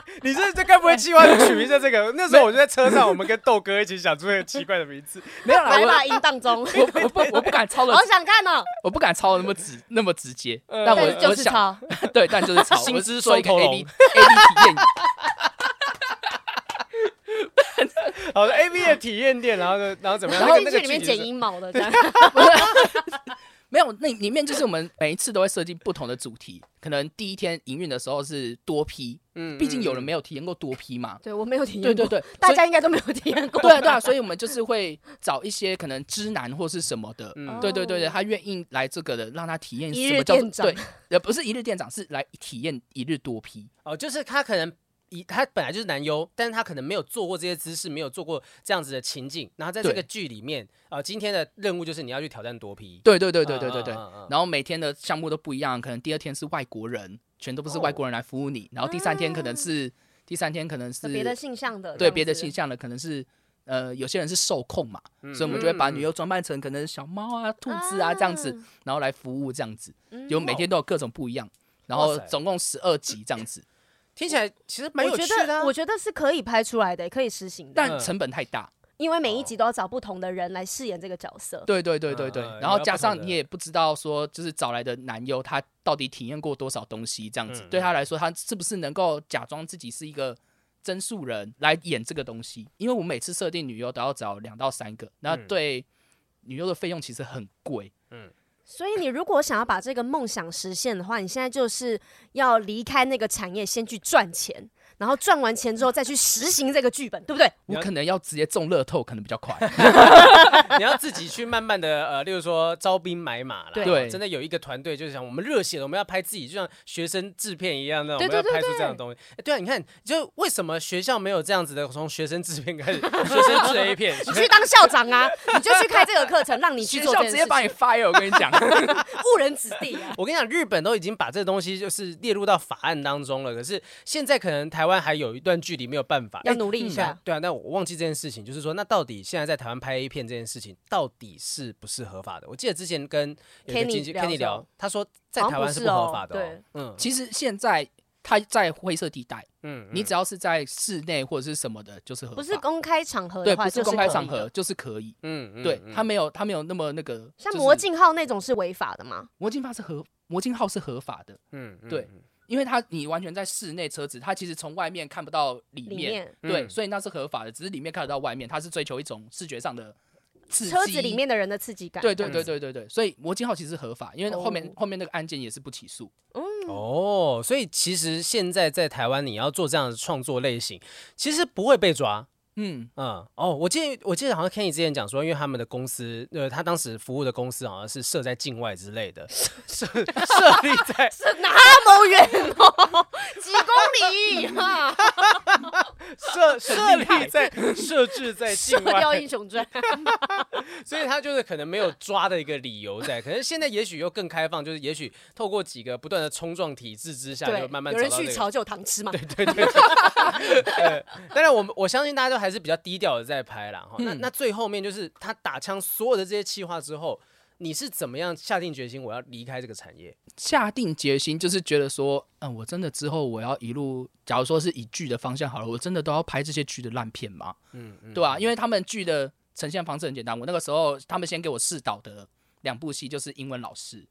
(laughs)
你这这该不会计划取名叫这个？那时候我就在车上，我们跟豆哥一起想出一个奇怪的名字。
没有啦，
来吧，
我
淫荡中，好
我我
(laughs)
不我不敢抄的，
想看哦。嗯
我不敢抄的那么直那么直接，
呃
但
但
我
是就
我
是
想
抄，
对，但就是
(laughs)
抄，
薪
我
资
是做一个
收头
A
龙
B (laughs) A B 体验营，
好的，A B 的体验店，然后呢，然后怎么样？
然
那
后
个
进去里面剪，
那个
阴毛的这样。
没有，那里面就是我们每一次都会设计不同的主题，可能第一天营运的时候是多批，
嗯
毕竟有人没
有。
有体验过多批嘛。
对我没有体验，
对对， (laughs) 对，
大
所以
家应该都没有体验过。
对啊对啊，所以我们就是会找一些可能知男或是什么的，
嗯
对对对对，他愿意来这个的，让他体验
一
什么
日
叫
店
做
长
对，呃不是一日店长，是来体验一日多批。
哦，就是他可能以他本来就是男优，但是他可能没有做过这些姿势，没有做过这样子的情境。然后在这
对
个剧里面，呃，今天的任务就是你要去挑战多批。
对对对对对对对
嗯，嗯嗯嗯
然后每天的项目都不一样，可能第二天是外国人，全都不是外国人来服务你，然后第三天可能
嗯
是第三天可能是
别的性向的，
对别的形，象的可能是。呃，有些人是受控嘛，
嗯
所以我们就会把女优装扮成可能小猫啊、兔子啊这样子，然后来服务这样子，就每天都有各种不一样，然
哇
后
塞嗯
总共十二集这样子，
听起来其实蛮
我
有
觉
趣的
得
啊。
我觉得是可以拍出来的，可以实行的，
但成本太大，
因为每一集都要找不同的人来饰演这个角色。
对对对对对
嗯嗯，
然后
要
加
不同
上
的
你也不知道说就是找来的男优他到底体验过多少东西这样子
嗯，
对他来说他是不是能够假装自己是一个真素人来演这个东西？因为我每次设定女优都要找两到三个，那
嗯
对女优的费用其实很贵，
所以你如果想要把这个梦想实现的话，你现在就是要离开那个产业，先去赚钱，然后赚完钱之后再去实行这个剧本，对不对？
你
我
要
可能要直接中乐透，可能比较快。
你要自己去慢慢的呃，例如说招兵买马啦，
对
哦真的有一个团队就是想我们热血的，我们要拍自己，就像学生制片一样的，我
对
们要
对对
拍出这样的东西。哎对啊，你看，就为什么学校没有这样子的，从学生制片开始， (laughs) 学生制 A 片，
你去当校长啊，你就去开这个课程，
(laughs)
让你去
学
做
校
这
直
件
接
事
把
情，
你 fire，我跟你
(laughs)
讲。
误人子弟啊。
我跟你讲，日本都已经把这东西就是列入到法案当中了，可是现在可能台湾还有一段距离没有办法。
要
哎
努力一
嗯
下
对啊，那我忘记这件事情，就是说，那到底现在在台湾拍 A 片这件事情，到底是不是合法的？我记得之前跟有一个
Kenny
经纪
聊
Kenny
的时候
聊，他说 (laughs) 在
好像
台
不
湾是
是
不合
哦
法的、
对
嗯
其实现在他在灰色地带，
嗯，
你
嗯
只要是在室内或者是什么的，就是合法。
不是公开场合
对，
的话，
不
就是
公开场
可以
合
的。
就是可以。
嗯嗯
对
嗯
他没有他没有那么那个，
像
就是
魔镜号那种是违法的吗？
魔镜法是合魔镜号是合法的，
嗯嗯
对
嗯
因为他你完全在室内车子，他其实从外面看不到里
里
面，
面
对，
嗯
所以那是合法的，只是里面看得到外面，他是追求一种视觉上的刺激。
车子里面的人的刺激感。
对对
这
对
样
对对对，所以魔镜号其实是合法，因为后面、
哦
后面那个案件也是不起诉。
哦，所以其实现在在台湾，你要做这样的创作类型，其实不会被抓。
嗯，
嗯，哦，我记得我记得好像 Kenny 之前讲说，因为他们的公司，呃，他当时服务的公司好像是设在境外之类的，设设立在
是哪么远哦，几公
(laughs)
里啊！
设设立在设置在
《射
境
雕
外
英，雄
(laughs)
传》
所以他就是可能没有抓的一个理由在。可能现在也许又更开放，就是也许透过几个不断的冲撞体制之下，就慢慢
有人
找到
去
这个
炒就有糖吃嘛。
对对对对，当然我们我相信大家都还是比较低调的在拍啦哈。那
嗯
那最后面就是他打枪所有的这些企划之后，你是怎么样下定决心我要离开这个产业？
下定决心，就是觉得说，嗯，我真的之后我要一路，假如说是以剧的方向好了，我真的都要拍这些剧的烂片吗？
嗯，嗯
对吧、啊因为他们剧的呈现方式很简单，我那个时候他们先给我试导的两部戏就是英文老师，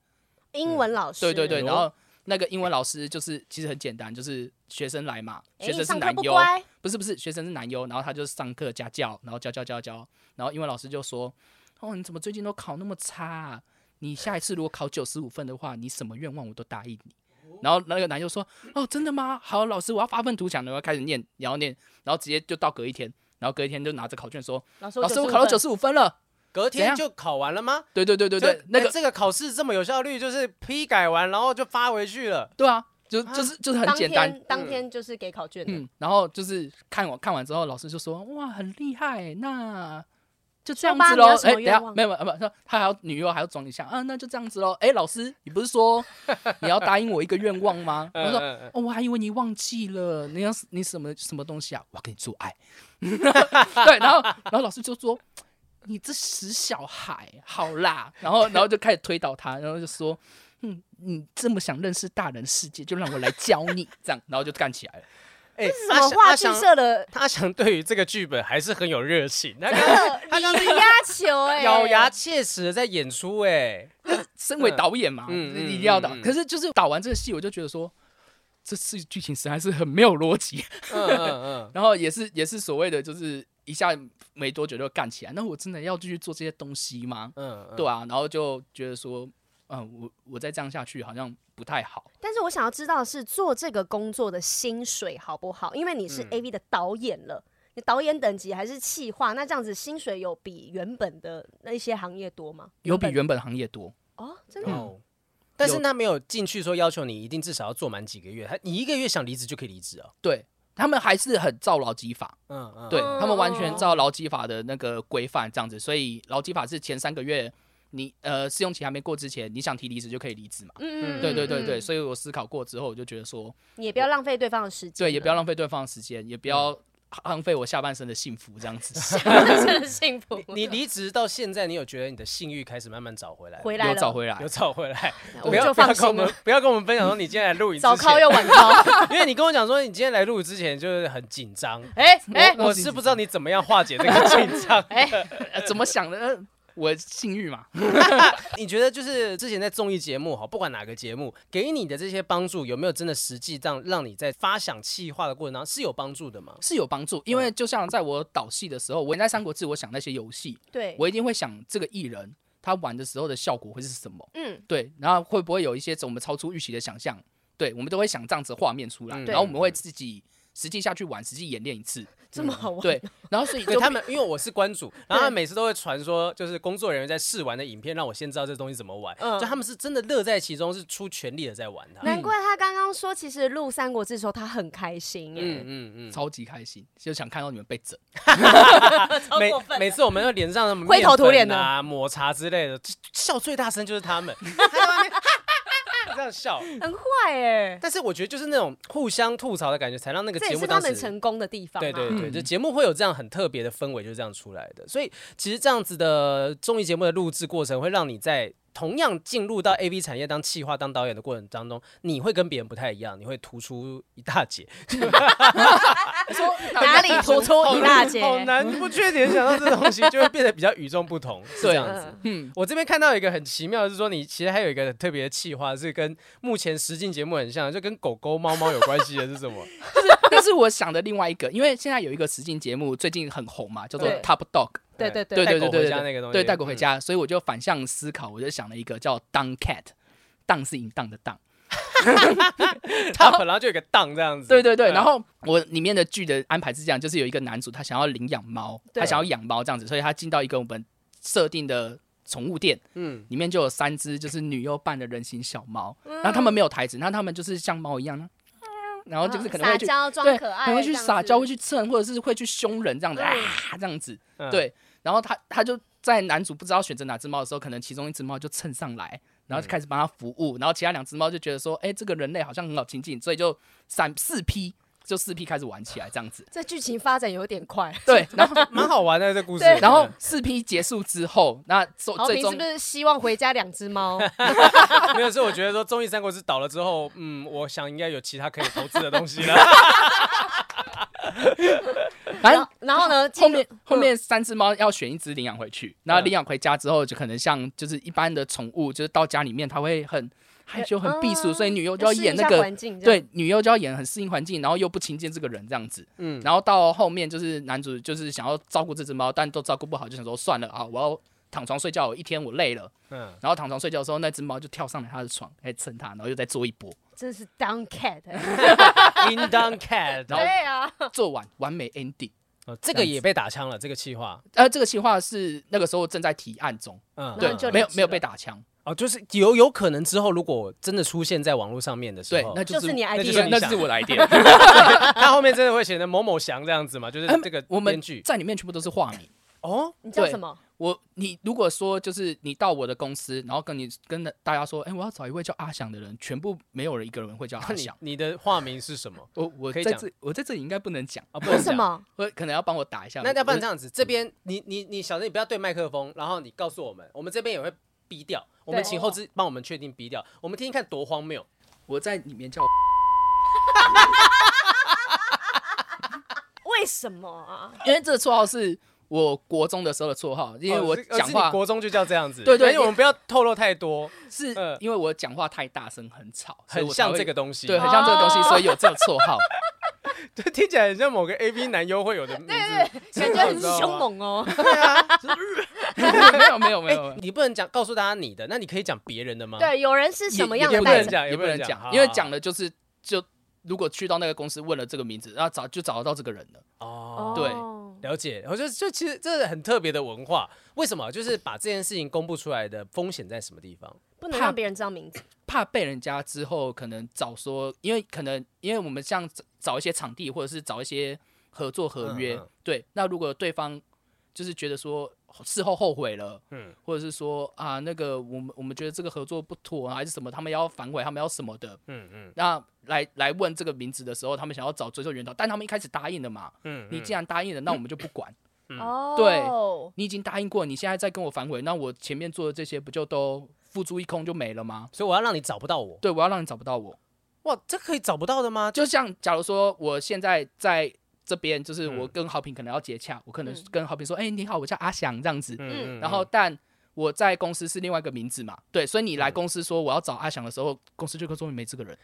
英文老师，
对对对，
哦
然后那个英文老师就是其实很简单，就是学生来嘛，
哎
学生是
上课
男
不
优，
乖，
不是不是，学生是男优，然后他就上课家教，然后教教教教，然后英文老师就说：“哦，你怎么最近都考那么差啊、你下一次如果考九十五分的话，你什么愿望我都答应你。”然后那个男优说：“哦，真的吗？好，老师，我要发愤图强了。”然后开始念，然后念，然后直接就到隔一天，然后隔一天就拿着考卷说：“
老师
老师，我考到九
十
十五分了。
隔
怎
天
样
就考完了吗？”
对对对对对
就，
那
哎
个
这个考试这么有效率，就是批改完然后就发回去了。
对啊，就就是就是很
当
简单。
天当天就是给考卷的，
嗯，然后就是看完看完之后，老师就说：“哇，很厉害，那就这样
说吧
子
你
喽
有。”什
哎，
么
等一下
愿望
没有没有，没有他他还要女优还要装一下啊，那就这样子喽。哎，老师，你不是
(laughs)
说你要答应我一个愿望吗？我说。
嗯嗯
哦，我还以为你忘记了，你要你什么什么东西啊？我要跟你做爱。 (laughs)
嗯
对，然后然后老师就说：“你这死小孩，好啦。”然后然后就开始推倒他，然后就说：“嗯，你这么想认识大人世界，就让我来教你。”这样， (laughs) 然后就干起来了。
哎，
什
阿
么
翔
话
阿
剧
翔
社的
(laughs) 他想对于这个剧本还是很有热情，他
(laughs)
刚他刚是
压呃球
(laughs)
哎，
咬牙切齿的在演出、哎，
身为导演嘛，
嗯
就是
嗯
一定要导。
嗯嗯
可是就是导完这个戏，我就觉得说，这次剧情实在是很没有逻辑。
嗯嗯
(laughs) 然后也是也是所谓的，就是一下没多久就干起来。那我真的要继续做这些东西吗？
嗯 (laughs) 嗯，
对啊，然后就觉得说，嗯，我我再这样下去好像不太好。
但是我想要知道的是做这个工作的薪水好不好？因为你是
嗯
A V 的导演了，你导演等级还是企划，那这样子薪水有比原本的那一些行业多吗？
有比原本行业多，
哦，真的
嗯
哦。但是他没有进去说要求你一定至少要做满几个月，他你一个月想离职就可以离职哦。
对他们还是很照劳基法，
嗯嗯，
对他们完
哦
全照劳基法的那个规范这样子。所以劳基法是前三个月你呃试用期还没过之前，你想提离职就可以离职嘛。
嗯
对对对对，
嗯
所以我思考过之后，我就觉得说，
你也不要浪费对方的嗯时间了，
对，也不要浪费对方的时间，也不要浪费我下半生的幸福，这样子
真的幸福。
你离职到现在，你有觉得你的性欲开始慢慢找回来吗？
回 (laughs) 来
有找
了，
回来
有。找回来，
(laughs) 我
不要
就
不要跟
放
我
心
们
了。
不要跟我们分享说你今天来录影之
早靠
前，
又晚靠，
因为你跟我讲说你今天来录之前就是很紧张，
哎哎
(laughs) 我我是不知道你怎么样化解这个紧张。
哎，
呃怎么想的？呃我性欲嘛，
你觉得就是之前在综艺节目哈，不管哪个节目，给你的这些帮助有没有真的实际让让你在发想企划的过程当中是有帮助的吗？
是有帮助，因
嗯
为就像在我导戏的时候，我在《三国志》，我想那些游戏，
对，
我一定会想这个艺人他玩的时候的效果会是什么，
嗯，
对，然后会不会有一些我们超出预期的想象，对，我们都会想这样子的画面出来，
嗯
然后我们会自己实际下去玩，实际演练一次，
这么好玩，
对，然后所以
嗯对
就
他们，因为我是关主，然后他们每次都会传说，就是工作人员在试玩的影片，让我先知道这东西怎么玩。
嗯
就他们是真的乐在其中，是出全力的在玩它。嗯
难怪他刚刚说，其实录《三国志》的时候他很开心
嗯
耶，
嗯嗯，
超级开心，就想看到你们被整。
超
每
过分
每次我们要脸上什么
灰头土脸
面粉啊、抹茶之类的，笑最大声就是他
(laughs)
们，还有外面这样笑。
很坏哎，
但是我觉得就是那种互相吐槽的感觉，才让那个
这
节
也
目
是他
当时
们成功的地方
对
啊。
对对，
嗯
就节目会有这样很特别的氛围，就是这样出来的。所以其实这样子的综艺节目的录制过程，会让你在同样进入到 A V 产业当企划、当导演的过程当中，你会跟别人不太一样，你会突出一大截。
(laughs) 哪里突出一大截？
好难不缺点，想到这东西就会变得比较与众不同，是这样子。
嗯
嗯，
我这边看到一个很奇妙，的是说你其实还有一个很特别的企划，是跟目前实境节目很像，就跟狗狗、猫猫有关系的是什么？
但是我想的另外一个，因为现在有一个实境节目最近很红嘛，叫做
对
Top Dog，
对
(laughs)
对
对
对
带
对
狗
对
回
对
家那个东西，
对，带狗回
嗯。
家，所以我就反向思考，我就想了一个叫 Down Cat。荡是淫荡的荡，
嗯它本来就有个档这样子，
嗯对对对。
嗯
然后我里面的剧的安排是这样，就是有一个男主他想要领养猫，
对
他想要养猫这样子，所以他进到一个我们设定的宠物店，
嗯，
里面就有三只就是女优扮的人形小猫，
嗯
然后他们没有台词，那他们就是像猫一样呢，然后就是可能会
嗯啊撒
去
娇装
对，
可爱，
可能会去
这样
撒娇，
子嗯
会去蹭，或者是会去凶人这样子啊，这样子。
嗯
对，然后他他就在男主不知道选择哪只猫的时候，可能其中一只猫就蹭上来，然后就开始帮他服务，然后其他两只猫就觉得说，哎、这个人类好像很好亲近，所以就闪四批就四 P 开始玩起来这样
(laughs)
子。
这剧情发展有点
(laughs)
快，
对，然
嗯
(laughs)
后
蛮好玩的这故事。
对
然后 (laughs) 四 P 结束之后，那最
豪
哦最
平
终
是不是希望回家两只猫？
没有，是我觉得说《综艺三国志》倒了之后，嗯，我想应该有其他可以投资的东西了。
(laughs) (laughs) 反
然
正
后然后呢？
后
进入
面后面三只猫要选一只领养回去，然后领养回家之后，就可能像就是一般的宠物，就是到家里面它会很害羞、很避暑，
嗯
所以女优就要
适应
演那
一下
个
环境，这样
对女优就要演很适应环境，然后又不亲近这个人这样子。
嗯，
然后到后面就是男主就是想要照顾这只猫，但都照顾不好，就想说算了啊，我要躺床睡觉，一天我累了。
嗯，
然后躺床睡觉的时候，那只猫就跳上了他的床，哎蹭他，然后又再做一
(laughs)
波，
真是 down
(laughs)
cat，欸
应当 cat，
然后
对啊，
做完完美 ending。
哦这个也被打枪了，这个气话，
呃，这个企划是那个时候正在提案
(laughs)
中，
嗯，
然后
对
就，
没有
离职
没有
了
被打枪，
哦，就是有有可能之后如果真的出现在网络上面的时
对
候，，
那
就是是你 idea，
那就
对
是你
那
想
就是我的 idea。
(laughs)
他后面真的会写的某某翔这样子嘛，就是这个
嗯我们
编剧
在里面全部都是化名。
哦，
你叫
对
什么？
我你如果说就是你到我的公司，然后跟你跟大家说，哎、我要找一位叫阿翔的人，全部没有人一个人会叫
那
阿
你
翔。
你的化名是什
(laughs)
么
我我
可以
在
讲
这我在这里应该不能讲，
啊？不
为
能
什
讲。
么？
我可能要帮我打一下。
那要不然这
样，
样子，这边你你你小珍，你不要对麦克风，然后你告诉我们，我们这边也会逼掉，我们
对
请后置帮我们确定逼掉，我们听听看多荒谬。
我在里面叫
为什么啊？
因为这个绰号是我国中的时候的绰号，因为
哦
我
是呃
讲
是你
话
国中就叫这样子，
对对
因为我们不要透露太多，
是
呃
因为我讲话太大声，很吵，所以
很
我才
像
会
这个东西，
对，很像这个东西，
哦
所以有这个绰号。 (laughs)
就 (laughs) 听起来很像某个 A V 男优会有的名字，
感觉很
啊
(laughs)
凶。
(laughs)
猛哦。
嗯没有
啊哎、
没有没有没有，
你不能讲告诉大家你的，那你可以讲别人的吗？，
对，有人是什么样
也
的
不
代
能
表？
讲也
也
不
不能
能讲好
讲，因为
好
讲了就是就如果去到那个公司问了这个名字，然后找就找得到这个人了。
哦，
对
哦
了解。我觉得就其实这是很特别的文化，为什么？就是把这件事情公布出来的风险在什么地方？
不能
怕
让别人知道名字。
怕被人家之后可能找说，因为可能因为我们像找找一些场地或者是找一些合作合约，
嗯嗯
对，那如果对方就是觉得说事后后悔了，
嗯
嗯，或者是说啊那个我们我们觉得这个合作不妥啊，还是什么，他们要反悔，他们要什么的，
嗯嗯
那来来问这个名字的时候，他们想要找追溯源头，但他们一开始答应了嘛，
嗯
你既然答应了，那我们就不管，
嗯
哦，
对你已经答应过，你现在再跟我反悔，那我前面做的这些不就都付诸一空就没了吗？
所以我要让你找不到我。
对，我要让你找不到我。
哇，这可以找不到的吗？就
就像假如说我现在在这边，就是
嗯
我跟好评可能要接洽，我可能
嗯
跟好评说，哎、你好，我叫阿翔这样子。
嗯
然后，但我在公司是另外一个名字嘛，对，所以你
嗯
来公司说我要找阿翔的时候，公司就会说没这个人。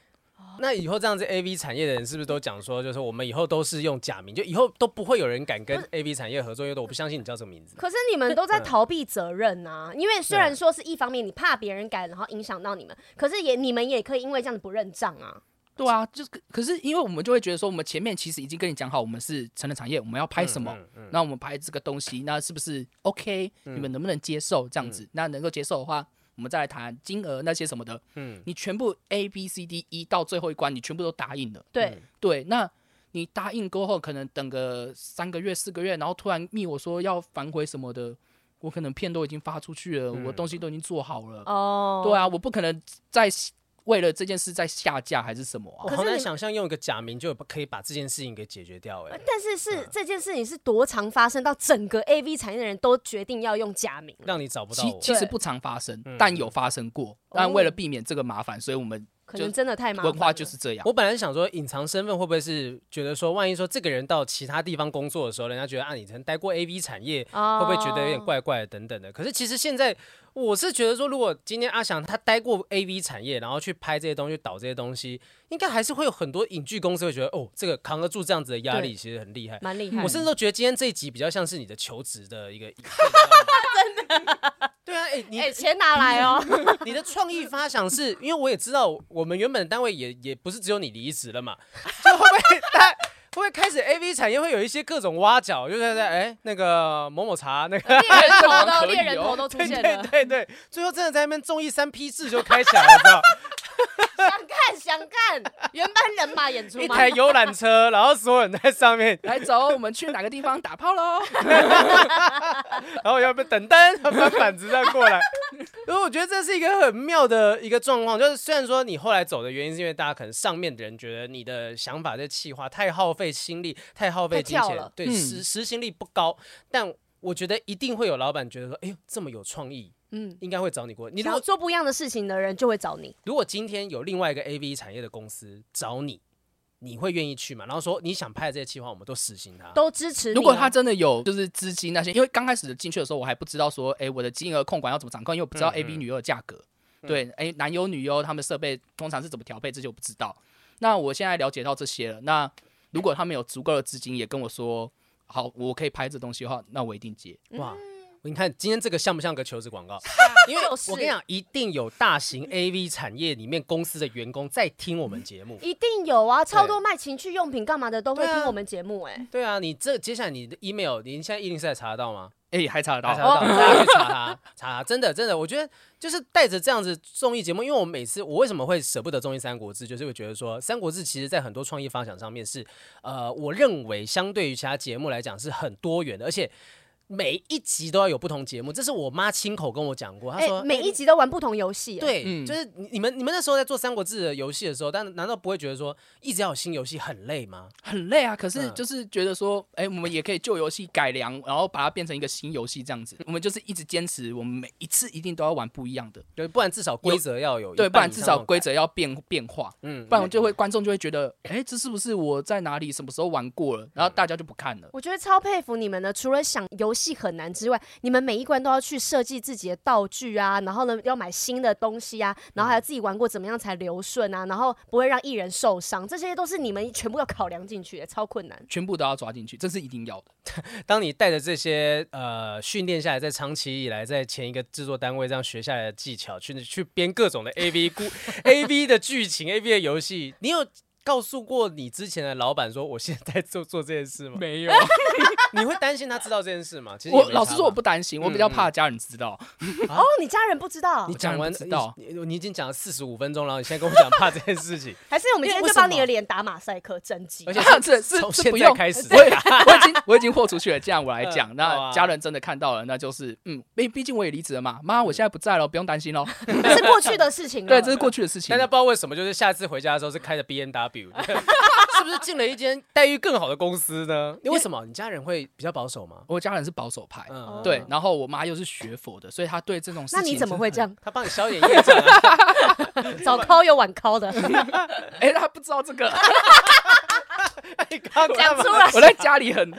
那以后这样子 A V 产业的人是不是都讲说，就是我们以后都是用假名，就以后都不会有人敢跟 A V 产业合作，因为我不相信你叫什么名字。
可是你们都在
嗯
逃避责任啊，因为
嗯
虽然说是一方面你怕别人改，然后影响到你们，可是也你们也可以因为这样子不认账啊。
对啊，就是可可是因为我们就会觉得说，我们前面其实已经跟你讲好，我们是成人产业，我们要拍什么，
嗯嗯嗯嗯
那我们拍这个东西，那是不是 OK？、你们能不能接受这样子？那能够接受的话，我们再来谈金额那些什么的。
嗯
你全部 A B C D E 到最后一关，你全部都答应了。
对，
对，那你答应过后，可能等个三个月、四个月，然后突然密我说要反悔什么的，我可能片都已经发出去了，我
嗯
东西都已经做好了。
哦，
对啊，我不可能再为了这件事再下架还是什么啊
我？
可是
好难
你
想象用一个假名就可以把这件事情给解决掉、
呃
哎，
呃但是是这件事情是多常发生到整个 A V 产业的人都决定要用假名，
让你找不到
其
我。嗯
其实
对
不常发生，但有发生过。但为了避免这个麻烦，所以我们
可
就
能真的太麻烦了。
文化就是这
(laughs)
样。
我本来想说，隐藏身份会不会是觉得说，万一说这个人到其他地方工作的时候，人家觉得啊，你曾待过 A V 产
啊
业，
哦
会不会觉得有点？怪怪的等等的？可是其实现在我是觉得说，如果今天阿翔他待过 A V 产业，然后去拍这些东西、导这些东西，应该还是会有很多影剧公司会觉得，哦，这个扛得住这样子的压力，
对
其实很厉害。
蛮厉害的。
我甚至都觉得今天这一集比较像是你的求职的
(laughs)
一个影片，真的。对啊，哎、你
哎，钱拿来哦，
你的创意发想是因为我也知道，我们原本的单位也也不是只有你离职了嘛，就会不会大家会不会开始 A V 产业会有一些各种挖角，就是在哎、那个某某茶那个，
猎人头
可
都
以哦
猎人头都出
对
现
对
了。 (laughs)
对对，最后真的在那边综艺三批制就开起来了，知道？
想看想看，原班人马演出
一
吗？
台游览车，然后所有人在上面， (laughs)
来走，我们去哪个地方打炮喽？
然后要被等灯，搬板子这样
(laughs)
过来。因为我觉得这是一个很妙的一个状况，就是虽然说你后来走的原因是因为大家可能上面的人觉得你的想法这企划太耗费心力、太耗费
太
金
跳
钱
了，
对
嗯
实实行力不高，但。我觉得一定会有老板觉得说，哎呦，这么有创意，
嗯，
应该会找你过来。你如
想要
果
做不一样的事情的人就会找你。
如果今天有另外一个 A V 产业的公司找你，你会愿意去吗？然后说你想拍的这些企划，我们都实行它。
都支持你啊。
如果他真的有就是资金那些，因为刚开始进去的时候我还不知道说，哎、我的金额控管要怎么掌控，因为我不知道
嗯
A B 女优的价格，对，哎、男优女优他们设备通常是怎么调配，这些我不知道。那我现在了解到这些了，那如果他们有足够的资金，也跟我说好，我可以拍这东西的话，那我一定接。
哇，你看今天这个像不像个求职广告？
因为嗯就是
我跟你讲，一定有大型 A V 产业里面公司的员工在听我们节目。
一定有啊，超多卖情趣用品干嘛的都会
对啊
听我们节目哎、
对啊，你这接下来你的 email，你现在一零四还查得到吗？
哎、还查得
大家
到，
查得到，大家去查它，查它真的真的，我觉得就是带着这样子综艺节目，因为我每次我为什么会舍不得综艺《三国志》，就是会觉得说《三国志》其实在很多创意发想上面是，呃，我认为相对于其他节目来讲是很多元的，而且每一集都要有不同节目，这是我妈亲口跟我讲过，她
哎、
说、
每一集都玩不同游戏、哎，
对，
嗯
就是你你们你们那时候在做《三国志》的游戏的时候，但难道不会觉得说一直要有新游戏很累吗？
很累啊。可是
嗯
就是觉得说，哎、我们也可以旧游戏改良，然后把它变成一个新游戏这样子。我们就是一直坚持，我们每一次一定都要玩不一样的。
对，不然至少规则要有一
对，不然
半以
至
上
少
的
规
改
则要变变化，
嗯
不然就会观众就会觉得，哎、这是不是我在哪里什么时候玩过了？
嗯
然后大家就不看了。
我觉得超佩服你们的，除了想游戏很难之外，你们每一关都要去设计自己的道具啊，然后呢要买新的东西啊，然后
嗯
还有自己玩过怎么样才流顺啊，然后不会让艺人受伤，这些都是你们全部要考量进去的，超困难。
全部都要抓进去，这是一定要的。
当你带着这些呃训练下来，在长期以来在前一个制作单位这样学下来的技巧，去去编各种的 A
(laughs)
V 故 A V 的剧情、A V 的游戏，你有告诉过你之前的老板说我现在在做做这件事吗？
(laughs) 没有，
你会担心他知道这件事吗？其实也
我
没
老
差
实说我
吧嗯
不担心，我比较怕家人知道。
哦，你家人不知道
你，
我当
讲
然
完
不知道
你你你已经讲了四十五分钟了，然后你现在跟我讲怕这件事
(laughs)
情，
还是我们今天
因为为
就
什么
帮你的脸打马赛克整集
而？且
这是是
从
是
现
不
在
用
开始
(laughs)
(laughs)
我也我已经我已经豁出去了。这样我来讲，
嗯好
那
啊
家人真的看到了，那就是嗯，毕毕竟我也离职了嘛，
嗯
妈，我现在不在了，不用担心
(laughs)
喽。
这是过去的事情
(laughs)
了。
对，这是过去的事情
大。家不知道为什么，就是下次回家的时候是开着 B N
(laughs)
W，是不是进了一间待遇更好的公司呢？你为什么？你家人会比较保守吗？
我家人是保守派，
哦
嗯，
对，然后我妈又是学佛的，所以她对这种事
那
情，
你怎么？会
(laughs)
这样？
他帮你消点业障
(laughs)
啊、
早敲有晚
(laughs)
敲的，
哎，她不知道这
(laughs)
个，
你刚刚
讲
干
出
嘛？
来。
我在家里很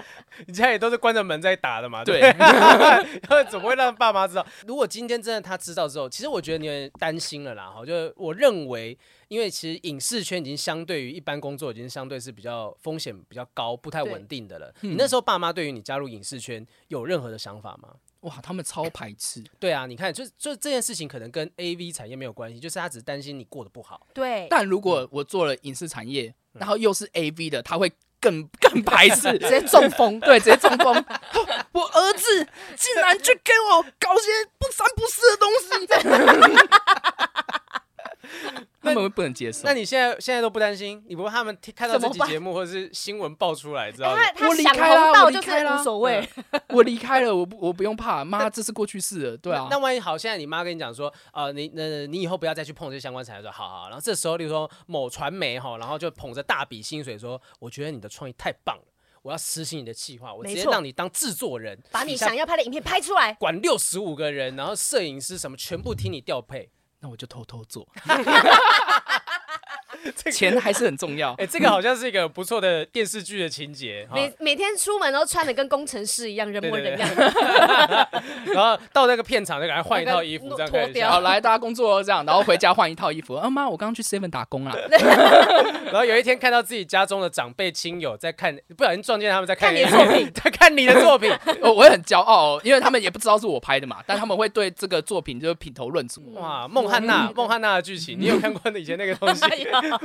你家里都是关着门在打的嘛？
对
对，。 (laughs) 怎么会让爸妈知道？如果今天真的他知道之后，其实我觉得你有点担心了啦。哈，就是我认为，因为其实影视圈已经相对于一般工作，已经相对是比较风险比较高、不太
对
稳定的了。
嗯
你那时候爸妈对于你加入影视圈有任何的想法
嗯
吗？
哇，他们超排斥，
对啊，你看，就就这件事情可能跟 A V 产业没有关系，就是他只是担心你过得不好。
对，
但如果我做了影视产业，然后又是 A V 的，他会更 (laughs) 更排斥，嗯直接中风， (laughs) 对，直接中风。我儿子竟然去给我搞些不三不四的东西， (laughs) 他们会不能接受
那。你现在现在都不担心？你不怕他们听看到
怎
这
么
期
办哎
节目或者是新闻爆出来，知道吗？
(laughs) 他他
我离
想
开啦
红到
我离
就是
开啦嗯
无所谓，
我离开了，我不我不用怕，妈，这是过去式了，对啊
那。那万一好，现在你妈跟你讲说，呃，你那你以后不要再去碰这些相关产业，说好好。然后这时候，例如说某传媒哈，然后就捧着大笔薪水说，我觉得你的创意太棒了，我要实行你的计划，我直
没
接
错
让你当制作人，
把
(laughs)
你
下
想要拍的影片拍出来。
管六十五个人，然后摄影师什么全部听你调配。
那我就偷偷 (laughs) 做，钱还是很重要。
哎，这个好像是一个不错的电视剧的情节哈。
每每天出门都穿的跟工程师一样，人模人样。
(laughs) 然后到那个片场就赶快换一套衣服，
那
这
个
样开
脱
始
掉
好，来大家工作哦这样，然后回家换一套衣服。啊妈，我刚刚去 Seven 打工啊。
(laughs) 然后有一天看到自己家中的长辈亲友在看，不小心撞见他们在看
看你的
(laughs)
作
品，在看你的作
(laughs)
品，
(laughs) 我我也很骄傲、哦，因为他们也不知道是我拍的嘛，但他们会对
嗯
这个作品就是品头论足。
(laughs) 哎
哇，孟汉娜，孟汉娜的剧情，你有看过以前那个东西？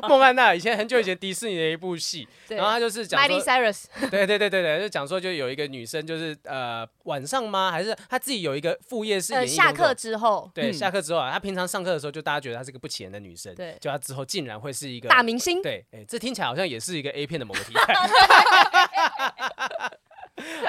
孟汉娜以前很久以前迪士尼的一部戏，
对
然后他就是讲说，
，Miley Cyrus，
对对对对对，就讲说就有一个女生就是呃晚上吗？还是她自己有一个副业是演
呃，
艺
下
工作
课之后
对，
嗯
下课之后啊，她平常上课的时候就大家觉得她是个不起眼的女生，
对
就她之后竟然会是一个
大明星，
(laughs) 对，哎、这听起来好像也是一个 A 片的某个题材。 (laughs)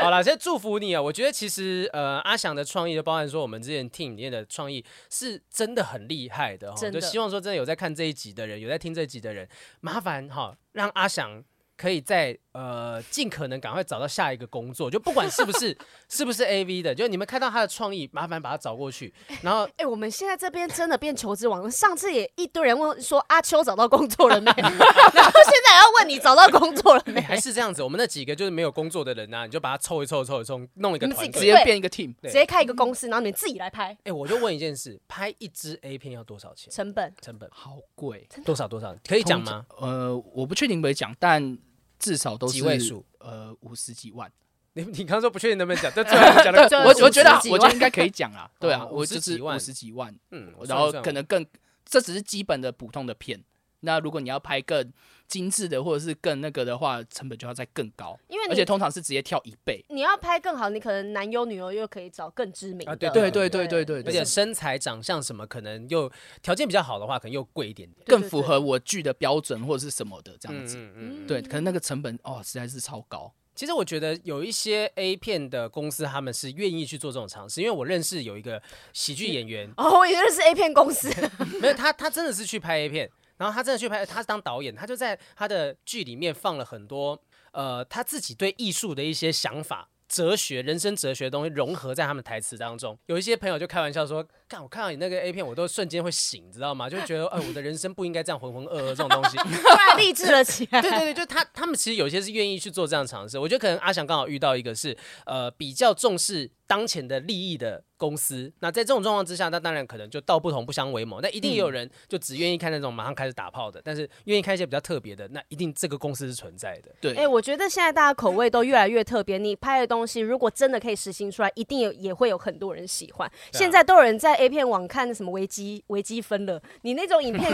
好了，先祝福你啊！我觉得其实呃，阿翔的创意就包含说我们之前 team 里面的创意是真的很厉害的哦，
真
就
的
希望说真的有在看这一集的人，有在听这一集的人，麻烦哈、让阿翔。可以在呃尽可能赶快找到下一个工作，就不管是不是是不是 A V 的，就你们看到他的创意，麻烦把他找过去，然后
哎、我们现在这边真的变求职网，上次也一堆人问说阿秋找到工作了没，然后现在还要问你找到工作了没
哎，还是这样子，我们那几个就是没有工作的人呐、啊你就把他凑一凑凑一凑，弄一个
你们
团
自己
队
直接
对
变一个 team。
对
直接开一个公司，然后你们自己来拍，
哎、我就问一件事，拍一支 A 片要多少钱？
成本
成本
好贵，
多少多少？可以讲吗？
通常？呃，我不确定可不可以讲，但至少都是
几位数，
呃，五十几万。
你你刚刚说不确定能不能讲，但最后
(laughs)
讲的
对
我我觉得
50几
我
万
觉得应该可以讲啦，对啊，
哦
我就
50几
是
万
五十几万，
(laughs) 嗯，我
然
算一
后
算
可能更，这只是基本的普通的片。那如果你要拍更精致的或者是更那个的话，成本就要再更高，
因为你
而且通常是直接跳一倍。
你要拍更好，你可能男优女优又可以找更知名的，
啊对
对对对对对
而
对
且，身材、长相什么，可能又条件比较好的话，可能又贵一点点。
对
更符合我剧的标准或者是什么的这样子。
嗯嗯嗯。
对，可能那个成本哦实在是超高。
其实我觉得有一些 A 片的公司，他们是愿意去做这种尝试，因为我认识有一个喜剧演员，
哦，我以为是 A 片公司，
没有他，他真的是去拍 A 片，然后他真的去拍，他是当导演，他就在他的剧里面放了很多呃他自己对艺术的一些想法。哲学、人生哲学的东西融合在他们台词当中。有一些朋友就开玩笑说：“看，我看到你那个 A 片，我都瞬间会醒，你知道吗？就会觉得，哎、我的人生不应该这样浑浑噩噩这种东西。”
突然励志了起来。
(laughs) 对对对，就他他们其实有些是愿意去做这样的尝试。我觉得可能阿翔刚好遇到一个是呃比较重视当前的利益的公司，那在这种状况之下，那当然可能就道不同不相为谋。那一定也有人就只愿意看那种马上开始打炮的，但是愿意看一些比较特别的，那一定这个公司是存在的。 (laughs)
对，
哎、我觉得现在大家口味都越来越特别，你拍的东西如果真的可以实行出来，一定有也会有很多人喜欢。
对啊
现在都有人在 A 片网看什么维基维基分了，你那种影
(laughs)
片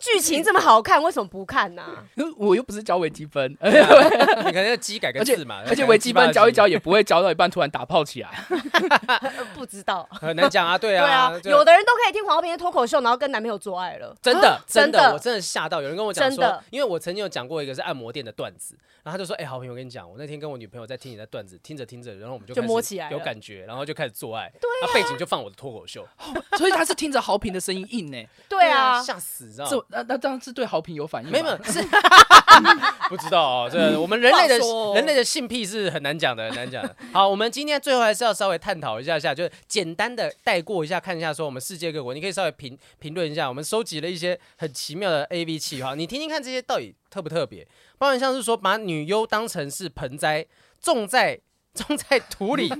剧情这么好看，为什么不看呢、 (laughs)
我又不是教微积分，
你可能要鸡改个
而且
字嘛，
(laughs) 而且微积分教一教
教
也不会教到一半突然打炮起来。
呃不知道。
很难讲啊，对
对啊
啊，，就
有的人都可以听黄浩平的脱口秀，然后跟男朋友做爱了。啊
真的，真
哦真
的，
的
我真的吓到。有人跟我讲
真
说
的，
因为我曾经有讲过一个是按摩店的段子，然后他就说：“哎、好朋友，我跟你讲，我那天跟我女朋友在听你的段子，听着听着，然后我们就
就
开始
摸起来
有
了
感觉，然后就开始做爱。对、啊，背景就放我的脱口秀。
(laughs) 所以他是听着豪平的声音硬呢、
对啊，
吓死，你知道吗
这？那那当然是对豪平有反应吧。
没有没 (laughs) 有是，不知道哦。这我们人类的
不好说哦
人类的性癖是很难讲的，很难讲的。 (laughs) 好，我们今天最后还是要稍微探讨一下下，就是简单的带过一下，看一下说我们世界各国，你可以稍微评评论一下，我们收集了一些很奇妙的 A V 企划，你听听看这些到底特不特别？包含像是说把女优当成是盆栽种在 (laughs) 种在土里。 (laughs)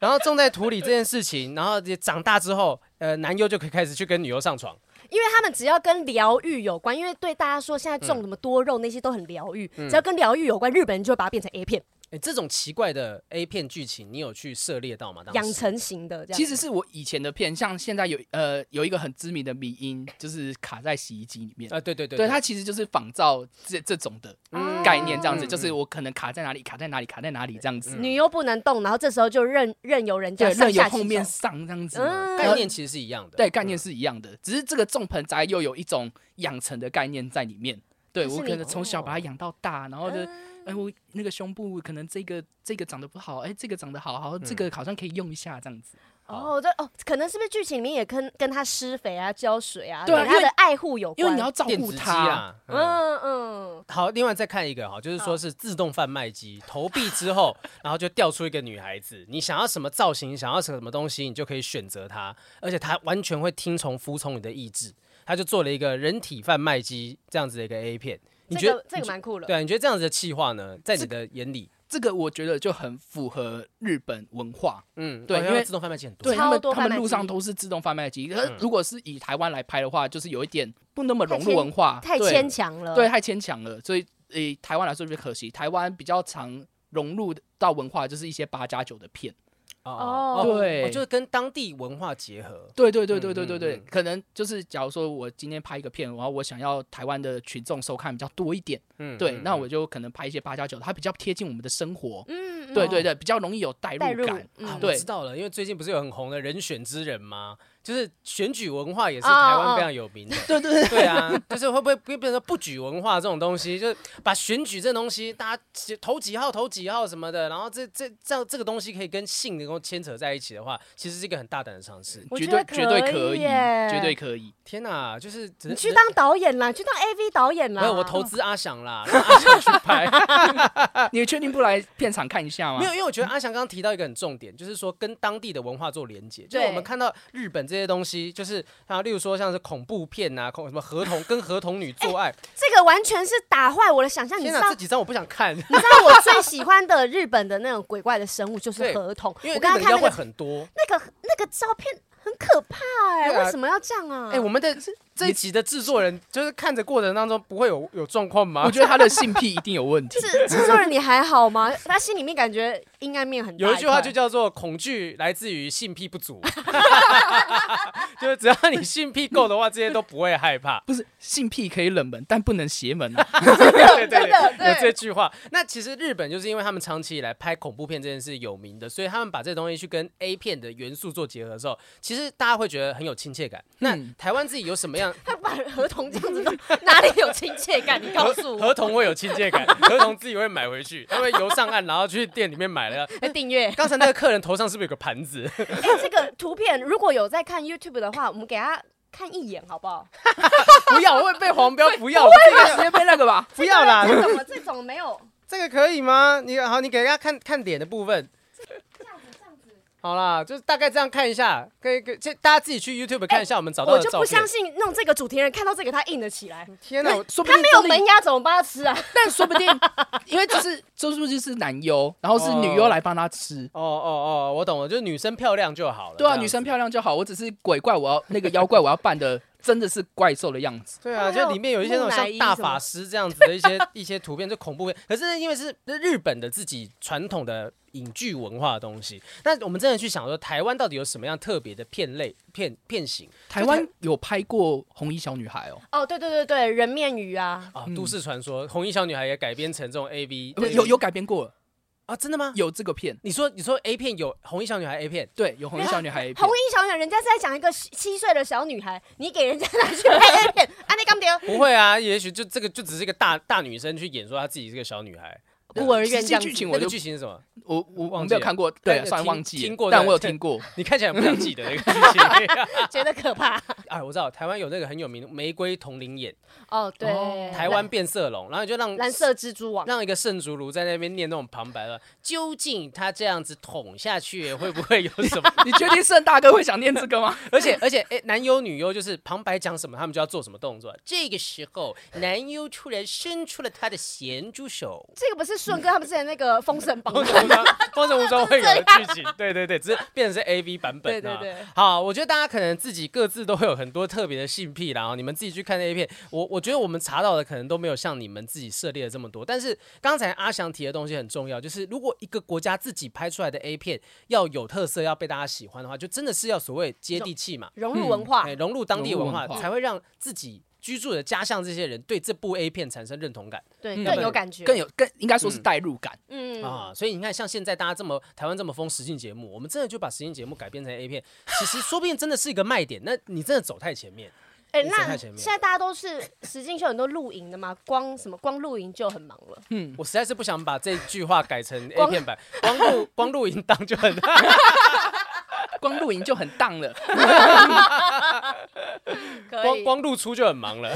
然后种在土里这件事情，然后也长大之后，呃，男优就可以开始去跟女优上床。
因为他们只要跟疗愈有关，因为对大家说
嗯
现在种什么多肉那些都很疗愈，只要跟疗愈有关，日本人就会把它变成 A 片
哎，这种奇怪的 A 片剧情，你有去涉猎到吗？当时
养成型的这样。
其实是我以前的片，像现在有呃有一个很知名的迷音，就是卡在洗衣机里面。
啊，对对对，
呃对，它其实就是仿照这这种的
嗯
概念，这样子，
嗯
就是我可能卡在哪里，卡在哪里，卡在哪里这样子。
女优不能动，然后这时候就任任由人家
对，任
上
由
下其
后面
手
上这样子。
嗯
概念其实是一样的。
呃对，概念是一样的，只是这个种盆栽又有一种养成的概念在里面。对
就是
我可
你哦
能从小把它养到大，然后就，
嗯
哎，我那个胸部可能这个这个长得不好，哎，这个长得好，好，这
嗯
个好像可以用一下这样子。
哦，这哦，可能是不是剧情里面也跟跟他施肥啊、浇水啊，
对啊
跟他
因
的
为
爱护有关。
因为你要照
电
顾
子机
它，
啊。嗯
嗯嗯，
好，另外再看一个哈，就是说是自动贩卖机，投币之后，然后就掉出一个女孩子，你想要什么造型，想要什么东西，你就可以选择它，而且它完全会听从服从你的意志。他就做了一个人体贩卖机这样子的一个 A 片，你觉
这
得
个这个蛮酷的。
对啊？你觉得这样子的企划呢，在你的眼里，
这个我觉得就很符合日本文化。
嗯，
对
哦
因为
自动贩卖机很多，
对他
超
们，
多
他
贩卖
们路上
机嗯
都是自动贩卖机。可是如果是以台湾来拍的话，就是有一点不那么融
太
入
牵
文化，
太
对
牵强了。
对，，太牵强了。所以以台湾来说就比较可惜，台湾比较常融入到文化就是一些八加九的片。
哦，
对
哦就是跟当地文化结合。
对对对
嗯
对对对对，
嗯嗯
可能就是假如说我今天拍一个片，然后我想要台湾的群众收看比较多一点，
嗯
对，
嗯
那
嗯
我就可能拍一些八加九，它比较贴近我们的生活，
嗯，
对对对，比较容易有代
代入嗯
入感。
啊我
嗯对
知道了，因为最近不是有很红的人选之人吗？就是选举文化也是
哦
台湾
哦
非常有名的。
(laughs) 对对对，
对啊，就是会不会变变成不举文化这种东西，就是把选举这东西，大家投几号投几号什么的，然后这这这样这个东西可以跟性能够牵扯在一起的话，其实是一个很大胆的尝试。
我
绝
觉得
对绝对
可
可
以
以，
耶
绝对可以。
天哪，就是只
你去
只
当导演啦，你去当 AV 导演啦。嗯
没有我投资阿翔啦，让阿翔去拍。
(laughs) 你确定不来片场看一下吗
没？有，因为我觉得阿翔刚刚提到一个很重点，就是说跟当地的文化做连接。就是
对
我们看到日本这些东西，就是啊，例如说像是恐怖片啊，恐什么合同跟合同女做爱，
这个完全是打坏我的想象， (laughs) 你
天
知
哪，
道
这？几张我不想看，
你知道我最喜欢的日本的那种鬼怪的生物就是
对
河童，
因为
我
日
刚刚
本
看
妖
那
怪
个
很多。
那个那个照片很可怕哎、
对啊
为什么要这样啊？
哎、我们的这一集的制作人，就是看着过程当中不会有有状况吗
我？觉得他的性癖一定有问题。
(laughs) 制制作人你还好吗？他心里面感觉阴暗面很大
有一句话就
叫
叫做“恐惧来自于性癖不足”，就是只要你性癖够的话，这些都不会害怕。
不是性癖可以冷门，但不能邪门啊！
(laughs)
对对
真的
对，
对
有这句话。那其实日本就是因为他们长期以来拍恐怖片这件事有名的，所以他们把这东西去跟 A 片的元素做结合的时候，其实大家会觉得很有亲切感。那
嗯
台湾自己有什么
(laughs)
样？
他把河童这样子弄，哪里有亲切感？你告诉我，
合同会有亲切感， (laughs) 合同自己会买回去，他会游上岸，然后去店里面买了。
来哎订阅。
刚才那个客人头上是不是有个盘子？
(laughs) 哎、这个图片如果有在看 YouTube 的话，我们给他看一眼好
(laughs)
不好？
不要，我会被黄标。不要，
这个直接被那个吧，
不要啦，
这种这种没有
这个可以吗？你好，你给大家看看脸的部分。好啦，就是大概这样看一下，可以，可以，这大家自己去 YouTube 看一下我们找到
哎我
的
就
照
不
片
相。信弄这个主题人看到这个他硬了起来。
天哪，我
说不
他
定
没有
真的
哎门牙怎么帮他吃啊？
但说不定因为就是这是不是是男优，然后是女优来帮他吃。
哦哦哦，我懂了，就是女生漂亮就好了。
对
这
啊，
样子
女生。漂亮就好，我只是鬼怪，我要那个妖怪，我要扮的真的是怪兽的样子。
对啊，
还有
就里面有一些那种
哎木乃
像
伊
大
什么
法师这样子的一些一些图片，就恐怖片。可是因为是日本的自己传统的影剧文化的东西，那我们真的去想说，台湾到底有什么样特别的片类、片片型
台湾有拍过红衣小女孩哦，
哦，对对对对，人面鱼啊，
啊？都市传说，红衣小女孩也改编成这种 A V，
不有有改编过，
啊？真的吗？
有这个片，
你说你说 A 片有红衣小女孩 A 片，
对，有红衣小女孩 A
红
片。
(laughs) 衣小女孩，人家是在讲一个七七岁的小女孩，你给人家拿去拍 A 片， (laughs) 安内干爹，
不会啊，也许就这个就只是一个大大女生去演说她自己是个小女孩。
孤儿院
实
这
际
样
剧
子。
情
那
我
个
就
啊剧情是什么？
我我
忘
我
记
没
了
有看过，
但
对，
有
算
听
忘记了
听过
但
的
我有
对
听过。
(laughs) 你看起来很不想记得那个剧 (laughs) 情。
觉得可怕
啊，我知道台湾有那个很有名的玫瑰同龄眼，
哦，对，
哦
台湾变色龙，然后就让
蓝色蜘蛛网，
让一个圣竹炉在那边念那种旁白了，究竟他这样子捅下去会不会有什么？ (laughs)
你确定盛大哥会想念这个 (laughs) 吗？
而且而且，哎、男优女优就是旁白讲什么，他们就要做什么动作。这个时候，男优突然伸出了他的咸猪手，
这个不是顺哥他们之前那个《封神榜》 (laughs)
封神无双，封神无双会有的剧情，对对对，只是变成是 A V 版本、啊。
对对对。
好，我觉得大家可能自己各自都会有很多特别的性癖啦，然后哦你们自己去看 A 片，我我觉得我们查到的可能都没有像你们自己涉猎的这么多。但是刚才阿翔提的东西很重要，就是如果一个国家自己拍出来的 A 片要有特色，要被大家喜欢的话，就真的是要所谓接地气嘛，
融入文化
哎，，融入当地
融入
文
文
化，
化
才会让自己居住的家乡这些人对这部 A 片产生认同感。
对，
嗯
更有感觉，
更，有更应该说是
嗯
代入感。
嗯，
啊，所以你看，像现在大家这么台湾这么疯实境节目，我们真的就把实境节目改编成 A 片，其实说不定真的是一个卖点。那你真的走太前面，
哎，
你走
那
太前面
现在大家都是 (laughs) 实境秀，很多露营的嘛，光什么光露营就很忙了，
嗯，
我实在是不想把这句话改成 A
(laughs) 光
片版，光录光录音档就很大。
光露营就很荡了。
可
光
以。
光露出就很忙了。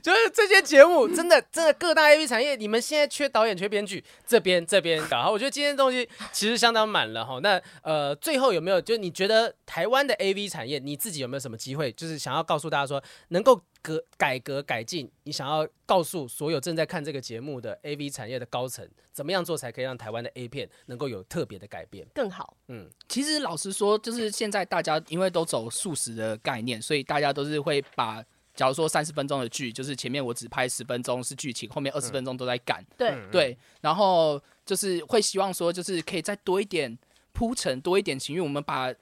就是这些节目，真的真的各大 A V 产业，你们现在缺导演、缺编剧，这边这边。然后我觉得今天的东西其实相当满了哈。那呃，最后有没有就你觉得台湾的 A V 产业，你自己有没有什么机会，就是想要告诉大家说，能够革改革改进，你想要告诉所有正在看这个节目的 A V 产业的高层，怎么样做才可以让台湾的 A 片能够有特别的改变？
更好，
嗯，
其实老实说，就是现在大家因为都走素食的概念，所以大家都是会把假如说三十分钟的剧，就是前面我只拍十分钟是剧情，后面二
嗯
十分钟都在赶，
对，
对，然后就是会希望说，就是可以再多一点铺陈，多一点情欲，我们把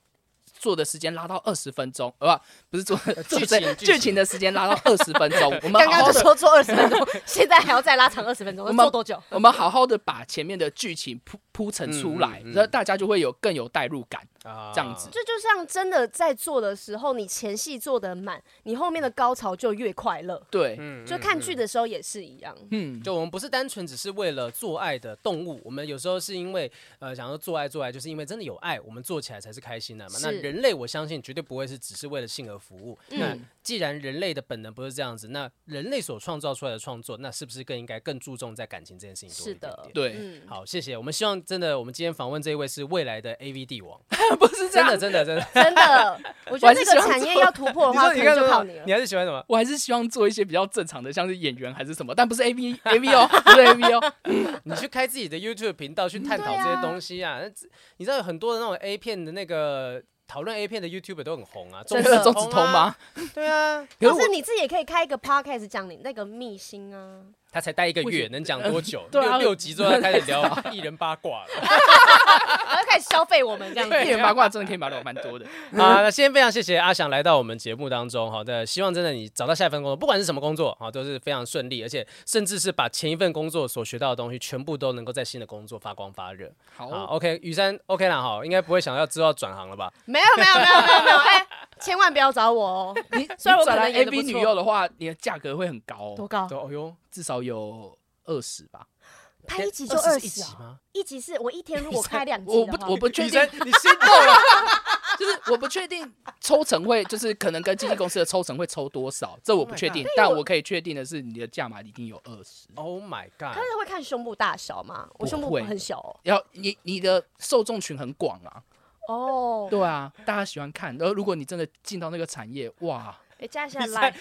做的时间拉到二十分钟，呃，不不是做
剧
做这
情剧
剧情的时间拉到二十分
(laughs)
钟，我们好
刚刚
好
就
的，
说做二十分钟， (laughs) 现在还要再拉长二十分钟，
我们
做多久？
我们好好的把前面的剧情铺铺陈
嗯
出
嗯
来，
嗯
然后大家就会有更有代入感。
啊
这样子
这就像真的在做的时候，你前戏做得满，你后面的高潮就越快乐。
对，
嗯
就看剧的时候也是一样，
嗯，
就我们不是单纯只是为了做爱的动物，我们有时候是因为呃想要做爱做爱，就是因为真的有爱，我们做起来才是开心的嘛。那
是嗯
人类我相信绝对不会是只是为了性而服务。那既然人类的本能不是这样子，那人类所创造出来的创作，那是不是更应该更注重在感情这件事情多一
是
点
的
点？
对，
嗯，
好，谢谢。我们希望真的，我们今天访问这一位是未来的 AV 帝
(laughs)
王，
不是这
真
样
的，真的，真的。
真 (laughs) 的，我觉
我还
得
是
这
喜
个
欢
产业
做
要突破的
你
话，
说
可
你
能
看
就
什
靠
么
你了？
你。还是喜欢什么？
我还是希望做一些比较正常的，像是演员还是什么，但不是 A V (laughs) A V 哦，不是 A V 哦。
你去开自己的 YouTube 频道去
嗯
探讨这些东西啊。那这你知道有很多的那种 A 片的那个讨论 A 片的 YouTube 都很红啊，
真
中
真
的
的
中指通吗？？
对啊，
可是
可
我
是你自己也可以开一个 podcast 讲你那个秘辛啊，
他才待一个
为什
月，能讲多久？
(laughs) 对啊
六六集之后他开始聊
(laughs)
艺人八卦了
然后就开始消费我们这样子。 (laughs)
一人八卦真的可以把聊蛮多的。
啊。那先非常谢谢阿翔来到我们节目当中，好的，希望真的你找到下一份工作，不管是什么工作啊，都是非常顺利，而且甚至是把前一份工作所学到的东西，全部都能够在新的工作发光发热。好
好，
，OK，雨山 OK 啦，好，应该不会想要之后要转行了吧？
没有没有没有没有没有，哎，千万不要找我哦，
你
虽然我可
转来
能演
A
得
V
不错
女优的话，你的价格会很高
多
哦，
高？
对，哦哟，
至少有二十吧。
拍一集就
20
二
是一
啊
十
集，吗？
一集是我一天如果开两集
我
的话， (laughs)
不我不确
雨
定
山，，你心痛了。
(laughs) 就是我不确定抽成会，就是可能跟经纪公司的抽成会抽多少，这我不确定
Oh。
但我可以确定的是，你的价码一定有二十。
Oh my
他
god！
是会看胸部大小吗？我胸部
不会
很小哦
要你你的受众群很广啊，
哦。
对啊，大家喜欢看。然后如果你真的进到那个产业，哇，
哎，加一下来，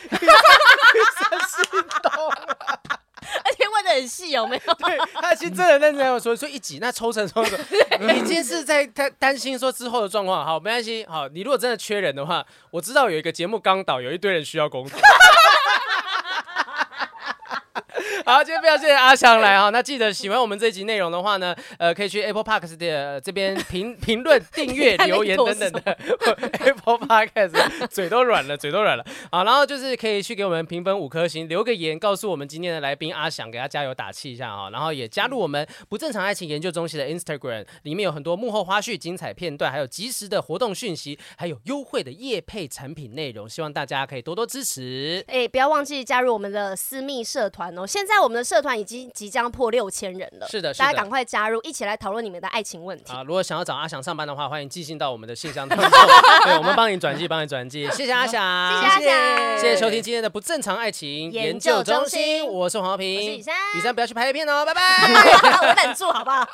而且问的很细，有没有？
他其实真的认真跟我说，说一集那抽成 (laughs) 抽成，你今天是在担担心说之后的状况。好，没关系，好，你如果真的缺人的话，我知道有一个节目刚导，有一堆人需要工作。 (laughs) 好，今天非常谢谢阿翔来哈。那记得喜欢我们这集内容的话呢，呃，可以去 Apple Park 的、呃这边评评论、订 (laughs) 阅、
看那
留
个
言
头
等等的。Apple (laughs) Podcast 嘴都软了，嘴都软了。好，然后就是可以去给我们评分五颗星，留个言，告诉我们今天的来宾阿翔，给他加油打气一下啊、然后也加入我们不正常爱情研究中心的 Instagram，里面有很多幕后花絮、精彩片段，还有及时的活动讯息，还有优惠的业配产品内容，希望大家可以多多支持。
哎、不要忘记加入我们的私密社团哦！现在我们的社团已经即将破六千人了，
是的是的
大家赶快加入，一起来讨论你们的爱情问题。
啊，如果想要找阿翔上班的话，欢迎寄信到我们的信箱当中，对，我们帮你转寄，帮你转寄。谢谢阿翔，
谢谢阿翔，
谢谢收听今天的不正常爱情
研
研
究
究中
中心
心，我是黄浩平，
我是雨珊
(laughs)
(laughs)
雨珊不要去拍片哦，拜拜。
我忍住好不好？